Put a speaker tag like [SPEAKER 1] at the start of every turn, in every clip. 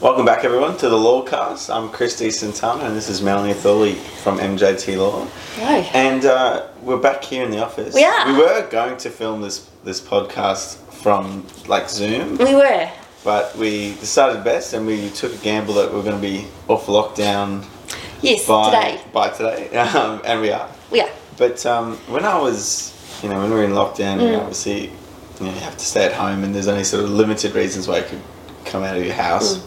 [SPEAKER 1] Welcome back, everyone, to the Lawcast. I'm Christy Santana, and this is Melanie Thorley from MJT Law.
[SPEAKER 2] Hi.
[SPEAKER 1] And uh, we're back here in the office.
[SPEAKER 2] We are.
[SPEAKER 1] We were going to film this this podcast from like Zoom,
[SPEAKER 2] We were.
[SPEAKER 1] but we decided best, and we took a gamble that we are going to be off lockdown
[SPEAKER 2] Yes,
[SPEAKER 1] by
[SPEAKER 2] today.
[SPEAKER 1] by today, um, and we are.
[SPEAKER 2] We are.
[SPEAKER 1] But um, when I was, you know, when we were in lockdown, you obviously you, know, you have to stay at home, and there's only sort of limited reasons why you could come out of your house.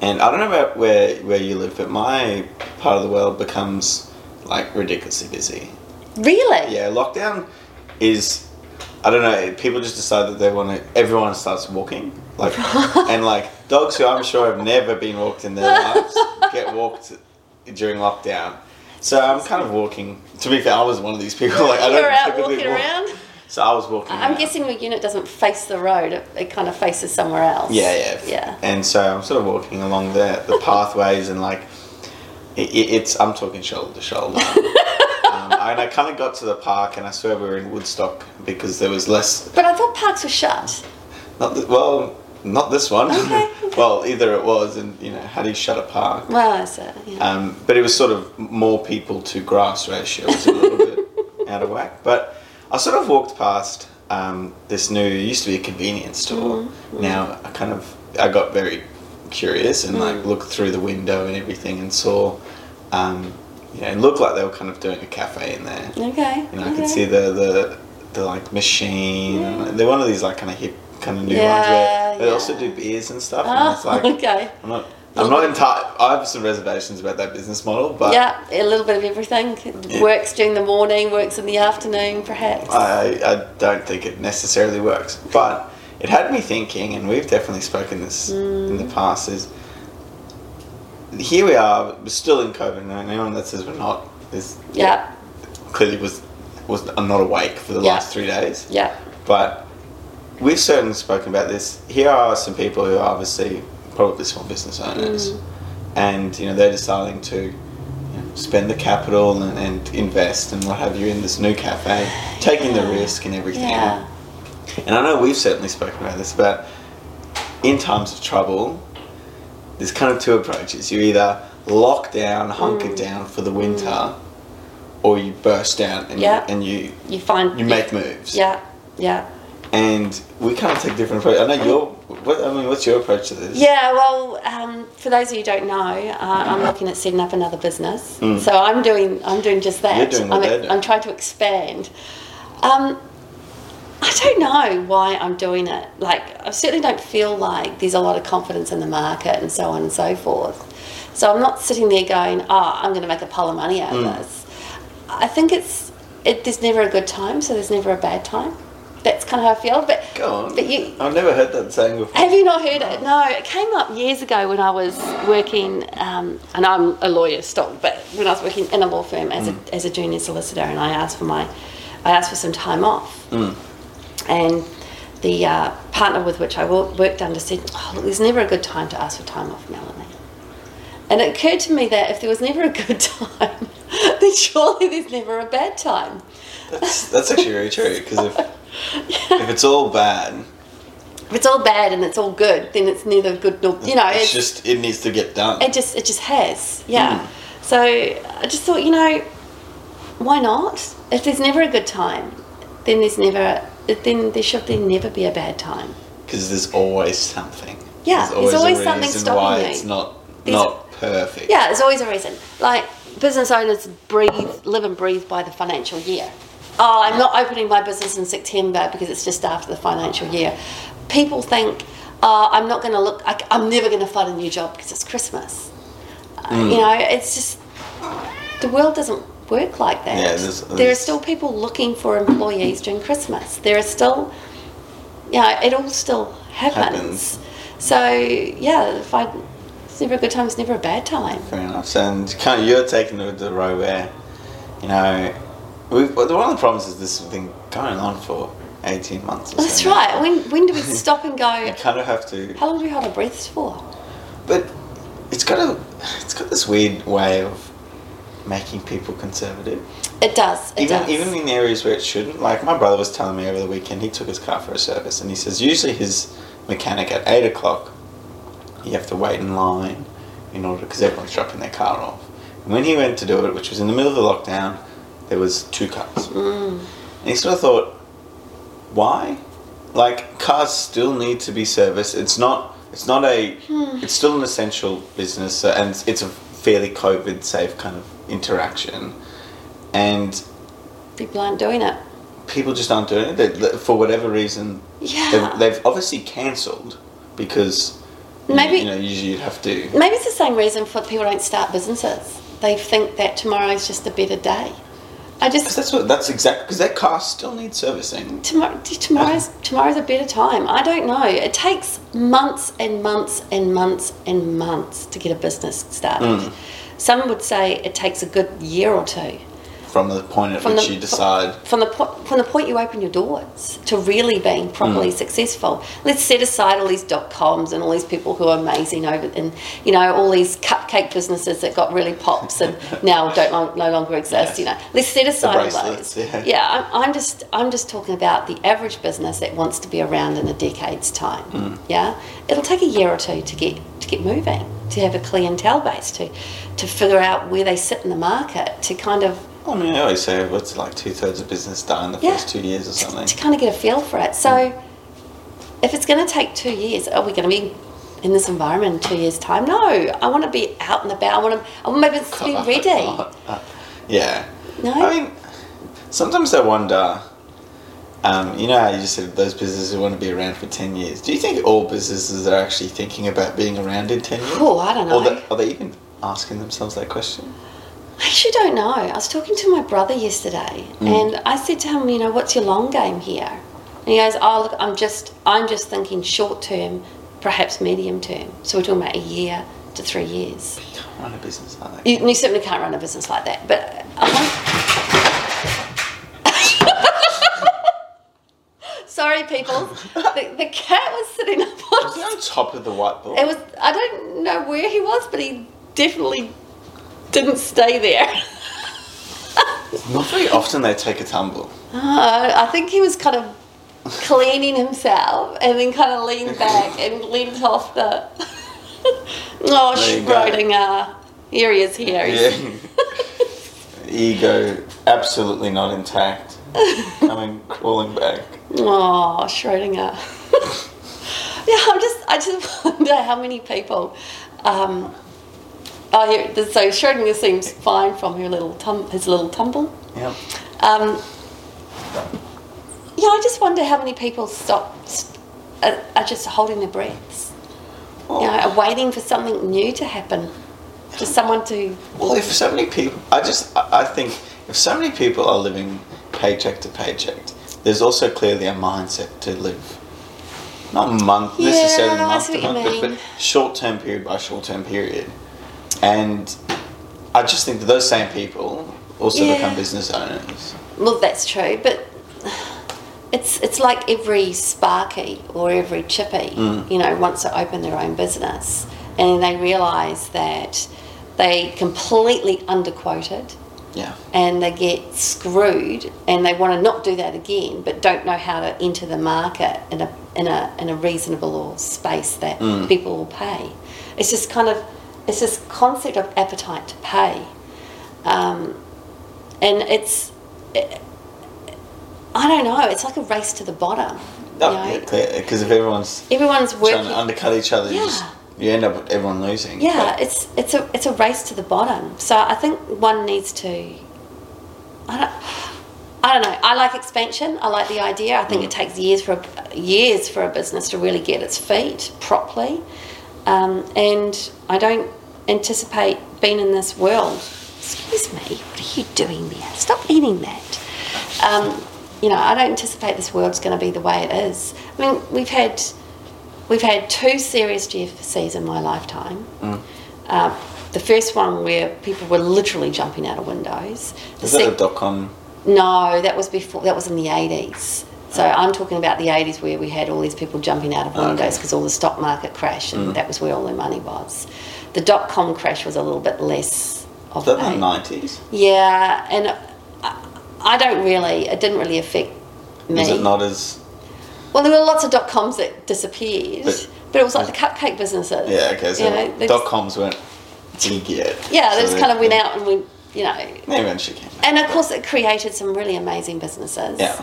[SPEAKER 1] And I don't know about where where you live, but my part of the world becomes like ridiculously busy.
[SPEAKER 2] Really?
[SPEAKER 1] Yeah, lockdown is. I don't know. People just decide that they want to. Everyone starts walking, like and like dogs who I'm sure have never been walked in their lives get walked during lockdown. So I'm kind of walking. To be fair, I was one of these people. Like I
[SPEAKER 2] You
[SPEAKER 1] don't
[SPEAKER 2] were out
[SPEAKER 1] typically
[SPEAKER 2] walking
[SPEAKER 1] walk.
[SPEAKER 2] around.
[SPEAKER 1] So I was walking.
[SPEAKER 2] I'm
[SPEAKER 1] around.
[SPEAKER 2] guessing your unit doesn't face the road. It, it kind of faces somewhere else.
[SPEAKER 1] Yeah, yeah,
[SPEAKER 2] Yeah.
[SPEAKER 1] And so I'm sort of walking along the the pathways and like it, it, it's I'm talking shoulder to shoulder. um, and I kind of got to the park and I swear we were in Woodstock because there was less
[SPEAKER 2] But I thought parks were shut.
[SPEAKER 1] Not th- well, not this one.
[SPEAKER 2] Okay, okay.
[SPEAKER 1] well, either it was, and you know, how do you shut a park?
[SPEAKER 2] Well, that's it. Yeah.
[SPEAKER 1] Um, but it was sort of more people to grass ratio. It was a little bit out of whack. But I sort of walked past um, this new. It used to be a convenience store.
[SPEAKER 2] Mm-hmm,
[SPEAKER 1] Now I kind of I got very curious and
[SPEAKER 2] Mm.
[SPEAKER 1] like looked through the window and everything and saw. Um, you know, it looked like they were kind of doing a cafe in there.
[SPEAKER 2] okay.
[SPEAKER 1] You know, I
[SPEAKER 2] okay.
[SPEAKER 1] could see the the the like machine. and They're one of these like kind of hip, kind of new ones
[SPEAKER 2] Yeah,
[SPEAKER 1] where they
[SPEAKER 2] yeah.
[SPEAKER 1] also do beers and stuff. and
[SPEAKER 2] Oh,
[SPEAKER 1] it's like
[SPEAKER 2] okay.
[SPEAKER 1] I'm not. I'm not entirely. I have some reservations about that business model, but
[SPEAKER 2] yeah, a little bit of everything.
[SPEAKER 1] Yeah. Uh,
[SPEAKER 2] Works during the morning, works in the afternoon, perhaps.
[SPEAKER 1] I, I don't think it necessarily works. But it had me thinking, and we've definitely spoken this in
[SPEAKER 2] Mm.
[SPEAKER 1] the past. Is here we are, we're still in COVID, and anyone that says we're not is
[SPEAKER 2] yeah.
[SPEAKER 1] clearly was was not awake for the
[SPEAKER 2] Yeah.
[SPEAKER 1] last three days.
[SPEAKER 2] Yeah.
[SPEAKER 1] But we've certainly spoken about this. Here are some people who are obviously probably small business owners,
[SPEAKER 2] Mm.
[SPEAKER 1] and you know they're deciding to you know, spend the capital and, and invest and what have you in this new cafe, taking the
[SPEAKER 2] Yeah.
[SPEAKER 1] risk and everything.
[SPEAKER 2] Yeah.
[SPEAKER 1] And I know we've certainly spoken about this, but in times of trouble, there's kind of two approaches. You either lock down, hunker
[SPEAKER 2] Mm.
[SPEAKER 1] down for the winter, or you burst out and,
[SPEAKER 2] Yeah.
[SPEAKER 1] and you
[SPEAKER 2] You find.
[SPEAKER 1] you make moves
[SPEAKER 2] Yeah. Yeah.
[SPEAKER 1] and we kind of take different approach. I know your. What, I mean, what's your approach to this?
[SPEAKER 2] Yeah, well, um, for those of you who don't know, uh, I'm looking at setting up another business. So I'm doing, I'm doing just that.
[SPEAKER 1] Hmm. You're doing what
[SPEAKER 2] I'm,
[SPEAKER 1] they're doing.
[SPEAKER 2] I'm trying to expand. Um, I don't know why I'm doing it. Like, I certainly don't feel like there's a lot of confidence in the market and so on and so forth. So I'm not sitting there going, oh, I'm going to make a pile of money out
[SPEAKER 1] Hmm.
[SPEAKER 2] of this. I think it's, it, there's never a good time, so there's never a bad time. That's kind of how I feel. But
[SPEAKER 1] Go on.
[SPEAKER 2] But you,
[SPEAKER 1] I've never heard that saying before.
[SPEAKER 2] have you not heard it? No, it came up years ago when I was working, um, and I'm a lawyer still, but when I was working in a law firm as, a, as a junior solicitor, and I asked for my, I asked for some time off, and the uh, partner with which I wo- worked under said, "Oh, look, there's never a good time to ask for time off, Melanie." And it occurred to me that if there was never a good time, then surely there's never a bad time.
[SPEAKER 1] That's, that's actually very true because if if it's all bad,
[SPEAKER 2] If it's all bad and it's all good, then it's neither good nor you know.
[SPEAKER 1] it's, just it needs to get done.
[SPEAKER 2] it just it just has yeah
[SPEAKER 1] Mm.
[SPEAKER 2] so i just thought you know why not if there's never a good time then there's never then there should be never be a bad time
[SPEAKER 1] Because there's always something.
[SPEAKER 2] Yeah, there's always something
[SPEAKER 1] reason
[SPEAKER 2] stopping
[SPEAKER 1] why
[SPEAKER 2] you.
[SPEAKER 1] it's not
[SPEAKER 2] There's a-
[SPEAKER 1] not perfect.
[SPEAKER 2] yeah there's always a reason like business owners breathe live and breathe by the financial year oh i'm not opening my business in september because it's just after the financial year people think oh, i'm not going to look I, i'm never going to find a new job because it's christmas Uh,
[SPEAKER 1] Mm.
[SPEAKER 2] you know it's just the world doesn't work like that
[SPEAKER 1] Yeah, there's-
[SPEAKER 2] there are
[SPEAKER 1] there's-
[SPEAKER 2] still people looking for employees during christmas there are still yeah, it all still happens.
[SPEAKER 1] Happens.
[SPEAKER 2] So yeah, if I, it's never a good time. It's never a bad time.
[SPEAKER 1] Fair enough. So, And kind of you're taking the, the row where, you know, we've, well, one of the problems is this has been going on for 18 months or
[SPEAKER 2] That's
[SPEAKER 1] so. now.
[SPEAKER 2] right. When when do we stop and
[SPEAKER 1] You
[SPEAKER 2] go?
[SPEAKER 1] kind of have to
[SPEAKER 2] How long do we hold our breaths for?
[SPEAKER 1] But it's got a, it's got this weird way of making people conservative.
[SPEAKER 2] It does. It
[SPEAKER 1] even
[SPEAKER 2] does.
[SPEAKER 1] even in areas where it shouldn't. Like my brother was telling me over the weekend, he took his car for a service, and he says usually his mechanic at eight o'clock you have to wait in line in order because everyone's dropping their car off. And when he went to do it, which was in the middle of the lockdown, there was two cars.
[SPEAKER 2] Mm.
[SPEAKER 1] And he sort of thought, why? Like cars still need to be serviced. It's not. It's not a.
[SPEAKER 2] Hmm.
[SPEAKER 1] It's still an essential business, uh, and it's, it's a fairly COVID-safe kind of interaction. And
[SPEAKER 2] People aren't doing it.
[SPEAKER 1] people just aren't doing it They- they- for whatever reason.
[SPEAKER 2] Yeah.
[SPEAKER 1] They've, they've obviously cancelled because you-
[SPEAKER 2] Maybe-
[SPEAKER 1] you know usually you'd have to.
[SPEAKER 2] Maybe it's the same reason for people don't start businesses. They think that tomorrow is just a better day. I
[SPEAKER 1] Because
[SPEAKER 2] just
[SPEAKER 1] that's what that's exactly because that car still needs servicing.
[SPEAKER 2] tomorrow tomorrow's tomorrow's a better time. I don't know. It takes months and months and months and months to get a business started.
[SPEAKER 1] Mm.
[SPEAKER 2] Some would say it takes a good year or two.
[SPEAKER 1] from the point at
[SPEAKER 2] From
[SPEAKER 1] which
[SPEAKER 2] the-
[SPEAKER 1] you decide
[SPEAKER 2] from the po- from the point you open your doors to really being properly
[SPEAKER 1] Mm.
[SPEAKER 2] successful. Let's set aside all these dot coms and all these people who are amazing over and you know all these cupcake businesses that got really pops and now don't long, no longer
[SPEAKER 1] Yes.
[SPEAKER 2] exist. You know, let's set aside all
[SPEAKER 1] bracelets,
[SPEAKER 2] those.
[SPEAKER 1] yeah.
[SPEAKER 2] I'm, I'm just I'm just talking about the average business that wants to be around in a decade's time.
[SPEAKER 1] Mm.
[SPEAKER 2] Yeah, it'll take a year or two to get to get moving, to have a clientele base, to to figure out where they sit in the market, to kind of
[SPEAKER 1] I mean, I always say what's like two thirds of business die in the
[SPEAKER 2] Yeah.
[SPEAKER 1] first two years or
[SPEAKER 2] to-
[SPEAKER 1] something.
[SPEAKER 2] To, kind of get a feel for it. So, if it's going to take two years, are we going to be in this environment in two years' time? No, I want to be out and about. I want to. I want my business to be
[SPEAKER 1] God,
[SPEAKER 2] ready.
[SPEAKER 1] uh, yeah.
[SPEAKER 2] No?
[SPEAKER 1] I mean, sometimes I wonder. Um, you know how you just said those businesses want to be around for ten years. Do you think all businesses are actually thinking about being around in ten years?
[SPEAKER 2] Oh, I don't know.
[SPEAKER 1] Or that, are they even asking themselves that question?
[SPEAKER 2] I actually don't know. I was talking to my brother yesterday,
[SPEAKER 1] Mm.
[SPEAKER 2] and I said to him, you know, what's your long game here? And he goes, oh look, I'm just, I'm just thinking short term, perhaps medium term. So we're talking about a year to three years.
[SPEAKER 1] You can't run a business like that.
[SPEAKER 2] You, you certainly can't run a business like that. But uh-huh. I want- sorry, people. The, the cat was sitting up
[SPEAKER 1] Was it
[SPEAKER 2] on.
[SPEAKER 1] on top of the whiteboard?
[SPEAKER 2] It was. I don't know where he was, but he definitely didn't stay there.
[SPEAKER 1] Not very often they take a tumble.
[SPEAKER 2] Uh, I think he was kind of cleaning himself and then kind of leaned back and leaned off the. oh,
[SPEAKER 1] There you go.
[SPEAKER 2] Schrodinger. Here he is. Here. He's-
[SPEAKER 1] Yeah. Ego absolutely not intact. Coming crawling back.
[SPEAKER 2] Oh, Schrodinger. yeah, I'm just, I just wonder how many people. Um, oh, here, so Schrodinger seems fine from her little tum- his little tumble.
[SPEAKER 1] Yeah.
[SPEAKER 2] Um, yeah, I just wonder how many people stop st- are, are just holding their breaths,
[SPEAKER 1] Well,
[SPEAKER 2] you know, are waiting for something new to happen, for someone to.
[SPEAKER 1] well, if so many people, I just, I I think if so many people are living paycheck to paycheck, there's also clearly a mindset to live. Not month
[SPEAKER 2] Yeah,
[SPEAKER 1] necessarily
[SPEAKER 2] I
[SPEAKER 1] month
[SPEAKER 2] see
[SPEAKER 1] to
[SPEAKER 2] what you
[SPEAKER 1] month, but,
[SPEAKER 2] mean.
[SPEAKER 1] but short term period by short term period. And I just think that those same people also
[SPEAKER 2] Yeah.
[SPEAKER 1] become business owners.
[SPEAKER 2] Well, that's true, but it's it's like every Sparky or every Chippy, you know, wants to open their own business, and they realise that they completely underquoted
[SPEAKER 1] Yeah.
[SPEAKER 2] and they get screwed and they want to not do that again but don't know how to enter the market in a in a in a reasonable or space that
[SPEAKER 1] Hmm.
[SPEAKER 2] people will pay it's just kind of it's this concept of appetite to pay um, and it's it, i don't know it's like a race to the bottom
[SPEAKER 1] Oh,
[SPEAKER 2] you know?
[SPEAKER 1] yeah, clear. Because if everyone's
[SPEAKER 2] everyone's
[SPEAKER 1] trying
[SPEAKER 2] working
[SPEAKER 1] to undercut each other. You,
[SPEAKER 2] Yeah.
[SPEAKER 1] just, you end up with everyone losing.
[SPEAKER 2] Yeah, it's it's a it's a race to the bottom. So I think one needs to. I don't. I don't know. I like expansion. I like the idea. I think it takes years for a, years for a business to really get its feet properly, um, and I don't anticipate being in this world. Excuse me. What are you doing there? Stop eating that. Um, you know, I don't anticipate this world's going to be the way it is. I mean, we've had we've had two serious GFCs in my lifetime.
[SPEAKER 1] Mm.
[SPEAKER 2] Uh, the first one where people were literally jumping out of windows. The
[SPEAKER 1] Is that
[SPEAKER 2] sec-
[SPEAKER 1] a dot com?
[SPEAKER 2] no, that was before. That was in the eighties. So
[SPEAKER 1] Mm.
[SPEAKER 2] I'm talking about the eighties where we had all these people jumping
[SPEAKER 1] Ah,
[SPEAKER 2] out of windows because all the stock market crashed and
[SPEAKER 1] Mm.
[SPEAKER 2] that was where all their money was. The dot com crash was a little bit less of
[SPEAKER 1] Is that the
[SPEAKER 2] a-
[SPEAKER 1] nineties?
[SPEAKER 2] yeah, and I, I don't really. It didn't really affect me.
[SPEAKER 1] Is it not as?
[SPEAKER 2] Well, there were lots of dot coms that disappeared,
[SPEAKER 1] But-
[SPEAKER 2] but, But it was like the cupcake businesses.
[SPEAKER 1] Yeah, okay, so
[SPEAKER 2] You know, they
[SPEAKER 1] dot
[SPEAKER 2] just-
[SPEAKER 1] coms weren't big yet.
[SPEAKER 2] Yeah,
[SPEAKER 1] so
[SPEAKER 2] they just kind of went out and went, you know.
[SPEAKER 1] Maybe when she came. back.
[SPEAKER 2] And of course, it created some really amazing businesses.
[SPEAKER 1] Yeah.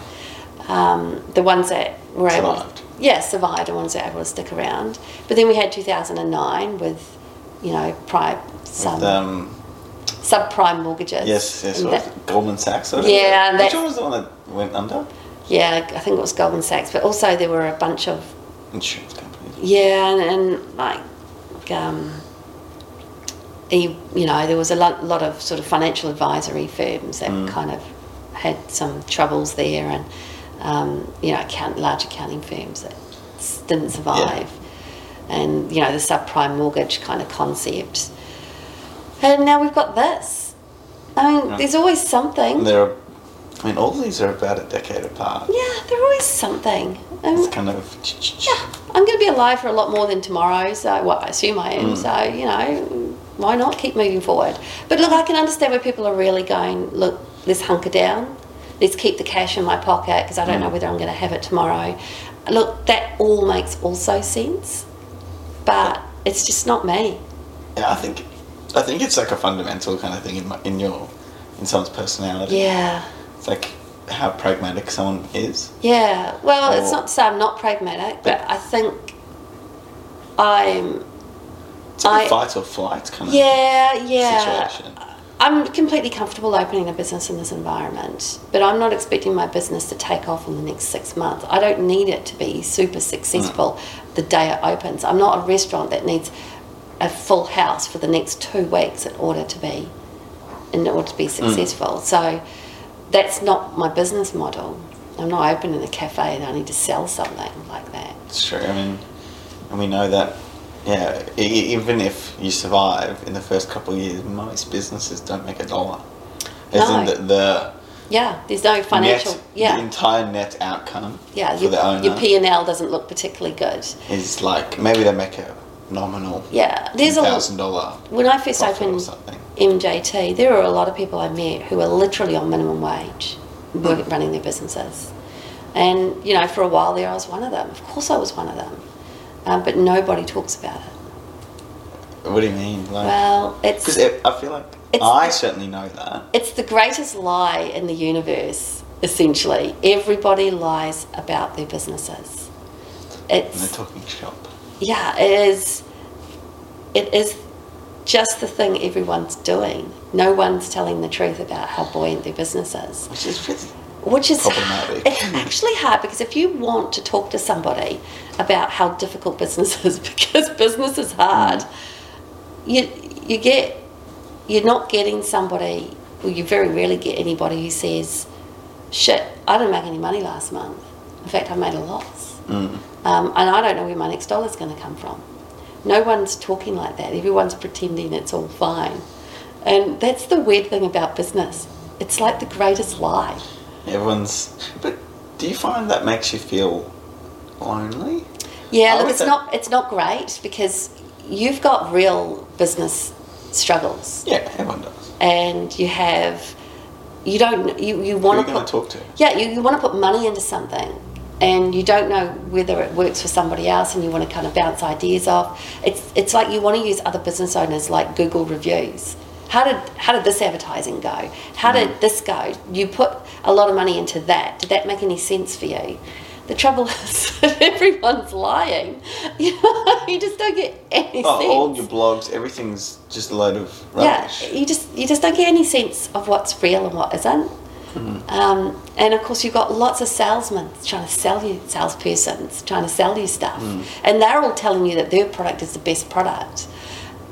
[SPEAKER 2] Um, the ones that were able
[SPEAKER 1] Survived.
[SPEAKER 2] to, yeah, survived and ones that were able to stick around. But then we had 2009 with, you know, pri some
[SPEAKER 1] Um,
[SPEAKER 2] subprime mortgages.
[SPEAKER 1] yes, yes,
[SPEAKER 2] And
[SPEAKER 1] what was
[SPEAKER 2] that-
[SPEAKER 1] it? Goldman Sachs. Or
[SPEAKER 2] Yeah, and
[SPEAKER 1] Which
[SPEAKER 2] that-
[SPEAKER 1] one was the one that went under?
[SPEAKER 2] yeah, I think it was Goldman Sachs. But also, there were a bunch of
[SPEAKER 1] Insurance company.
[SPEAKER 2] Yeah, and, and like, um, he, you know, there was a lot, lot of sort of financial advisory firms that kind of had some troubles there, and um, you know, account, large accounting firms that s- didn't survive, and you know, the subprime mortgage kind of concept. And now we've got this. I mean,
[SPEAKER 1] Yeah.
[SPEAKER 2] there's always something.
[SPEAKER 1] And they're, I mean, all these are about a decade apart.
[SPEAKER 2] yeah, there's always something. I mean,
[SPEAKER 1] It's kind of.
[SPEAKER 2] yeah, I'm going to be alive for a lot more than tomorrow. So, well, I assume I am. So, you know, why not keep moving forward? But look, I can understand where people are really going. Look, let's hunker down. Let's keep the cash in my pocket because I don't know whether I'm going to have it tomorrow. Look, that all makes also sense, but it's just not me.
[SPEAKER 1] Yeah, I think, I think it's like a fundamental kind of thing in my, in your, in someone's personality.
[SPEAKER 2] Yeah.
[SPEAKER 1] It's like how pragmatic someone is.
[SPEAKER 2] Yeah. Well, it's
[SPEAKER 1] Or-
[SPEAKER 2] not to say I'm not pragmatic, but I think I'm.
[SPEAKER 1] It's like a
[SPEAKER 2] I-
[SPEAKER 1] fight or flight kind of
[SPEAKER 2] Yeah, yeah.
[SPEAKER 1] situation.
[SPEAKER 2] I'm completely comfortable opening a business in this environment, but I'm not expecting my business to take off in the next six months. I don't need it to be super successful the day it opens. I'm not a restaurant that needs a full house for the next two weeks in order to be in order
[SPEAKER 1] Mm.
[SPEAKER 2] to be successful. So that's not my business model. I'm not opening a cafe and I need to sell something like that.
[SPEAKER 1] It's true. I mean, and we know that. Yeah, e- e- even if you survive in the first couple of years, most businesses don't make a dollar. As in
[SPEAKER 2] No.
[SPEAKER 1] the, the
[SPEAKER 2] Yeah, there's no financial.
[SPEAKER 1] net,
[SPEAKER 2] yeah,
[SPEAKER 1] the entire net outcome
[SPEAKER 2] yeah.
[SPEAKER 1] for
[SPEAKER 2] Your,
[SPEAKER 1] the owner
[SPEAKER 2] your P and L doesn't look particularly good.
[SPEAKER 1] is like maybe they make a nominal
[SPEAKER 2] Yeah, there's a
[SPEAKER 1] thousand dollar
[SPEAKER 2] When I first
[SPEAKER 1] profit or
[SPEAKER 2] opened
[SPEAKER 1] something.
[SPEAKER 2] MJT, there were a lot of people I met who were literally on minimum wage work, running their businesses. And, you know, for a while there, I was one of them. Of course, I was one of them. Um, but nobody talks about it.
[SPEAKER 1] What do you mean? Like,
[SPEAKER 2] Well,
[SPEAKER 1] because
[SPEAKER 2] it's,
[SPEAKER 1] I feel like
[SPEAKER 2] It's-
[SPEAKER 1] I certainly know that.
[SPEAKER 2] it's the greatest lie in the universe, essentially. Everybody lies about their businesses. It's,
[SPEAKER 1] And they're talking shop.
[SPEAKER 2] yeah, it is. It is just the thing everyone's doing. No one's telling the truth about how buoyant their business is,
[SPEAKER 1] Which is pretty.
[SPEAKER 2] which is
[SPEAKER 1] Problematic.
[SPEAKER 2] it's actually hard because if you want to talk to somebody about how difficult business is, because business is hard, you you get you're not getting somebody. Well, you very rarely get anybody who says, "Shit, I didn't make any money last month. In fact, I made a loss."
[SPEAKER 1] Mm.
[SPEAKER 2] um, and I don't know where my next dollar's going to come from. No one's talking like that. Everyone's pretending it's all fine, and that's the weird thing about business. It's like the greatest lie.
[SPEAKER 1] Everyone's. But do you find that makes you feel lonely?
[SPEAKER 2] Yeah,
[SPEAKER 1] I
[SPEAKER 2] look,
[SPEAKER 1] would
[SPEAKER 2] it's
[SPEAKER 1] say-
[SPEAKER 2] not it's not great because you've got real business struggles,
[SPEAKER 1] Yeah, everyone does.
[SPEAKER 2] and you have you don't you, you want
[SPEAKER 1] Who are you
[SPEAKER 2] to
[SPEAKER 1] going
[SPEAKER 2] put
[SPEAKER 1] to talk to?
[SPEAKER 2] yeah you, you want to put money into something and you don't know whether it works for somebody else and you want to kind of bounce ideas off it's it's like you want to use other business owners like google reviews how did how did this advertising go how did
[SPEAKER 1] Mm.
[SPEAKER 2] this go you put a lot of money into that did that make any sense for you the trouble is that everyone's lying you, know, you just don't get any
[SPEAKER 1] Oh,
[SPEAKER 2] sense
[SPEAKER 1] all your blogs, everything's just a load of
[SPEAKER 2] yeah,
[SPEAKER 1] rubbish.
[SPEAKER 2] you just you just don't get any sense of what's real and what isn't. Um, and of course, you've got lots of salesmen trying to sell you, salespersons trying to sell you stuff, and they're all telling you that their product is the best product.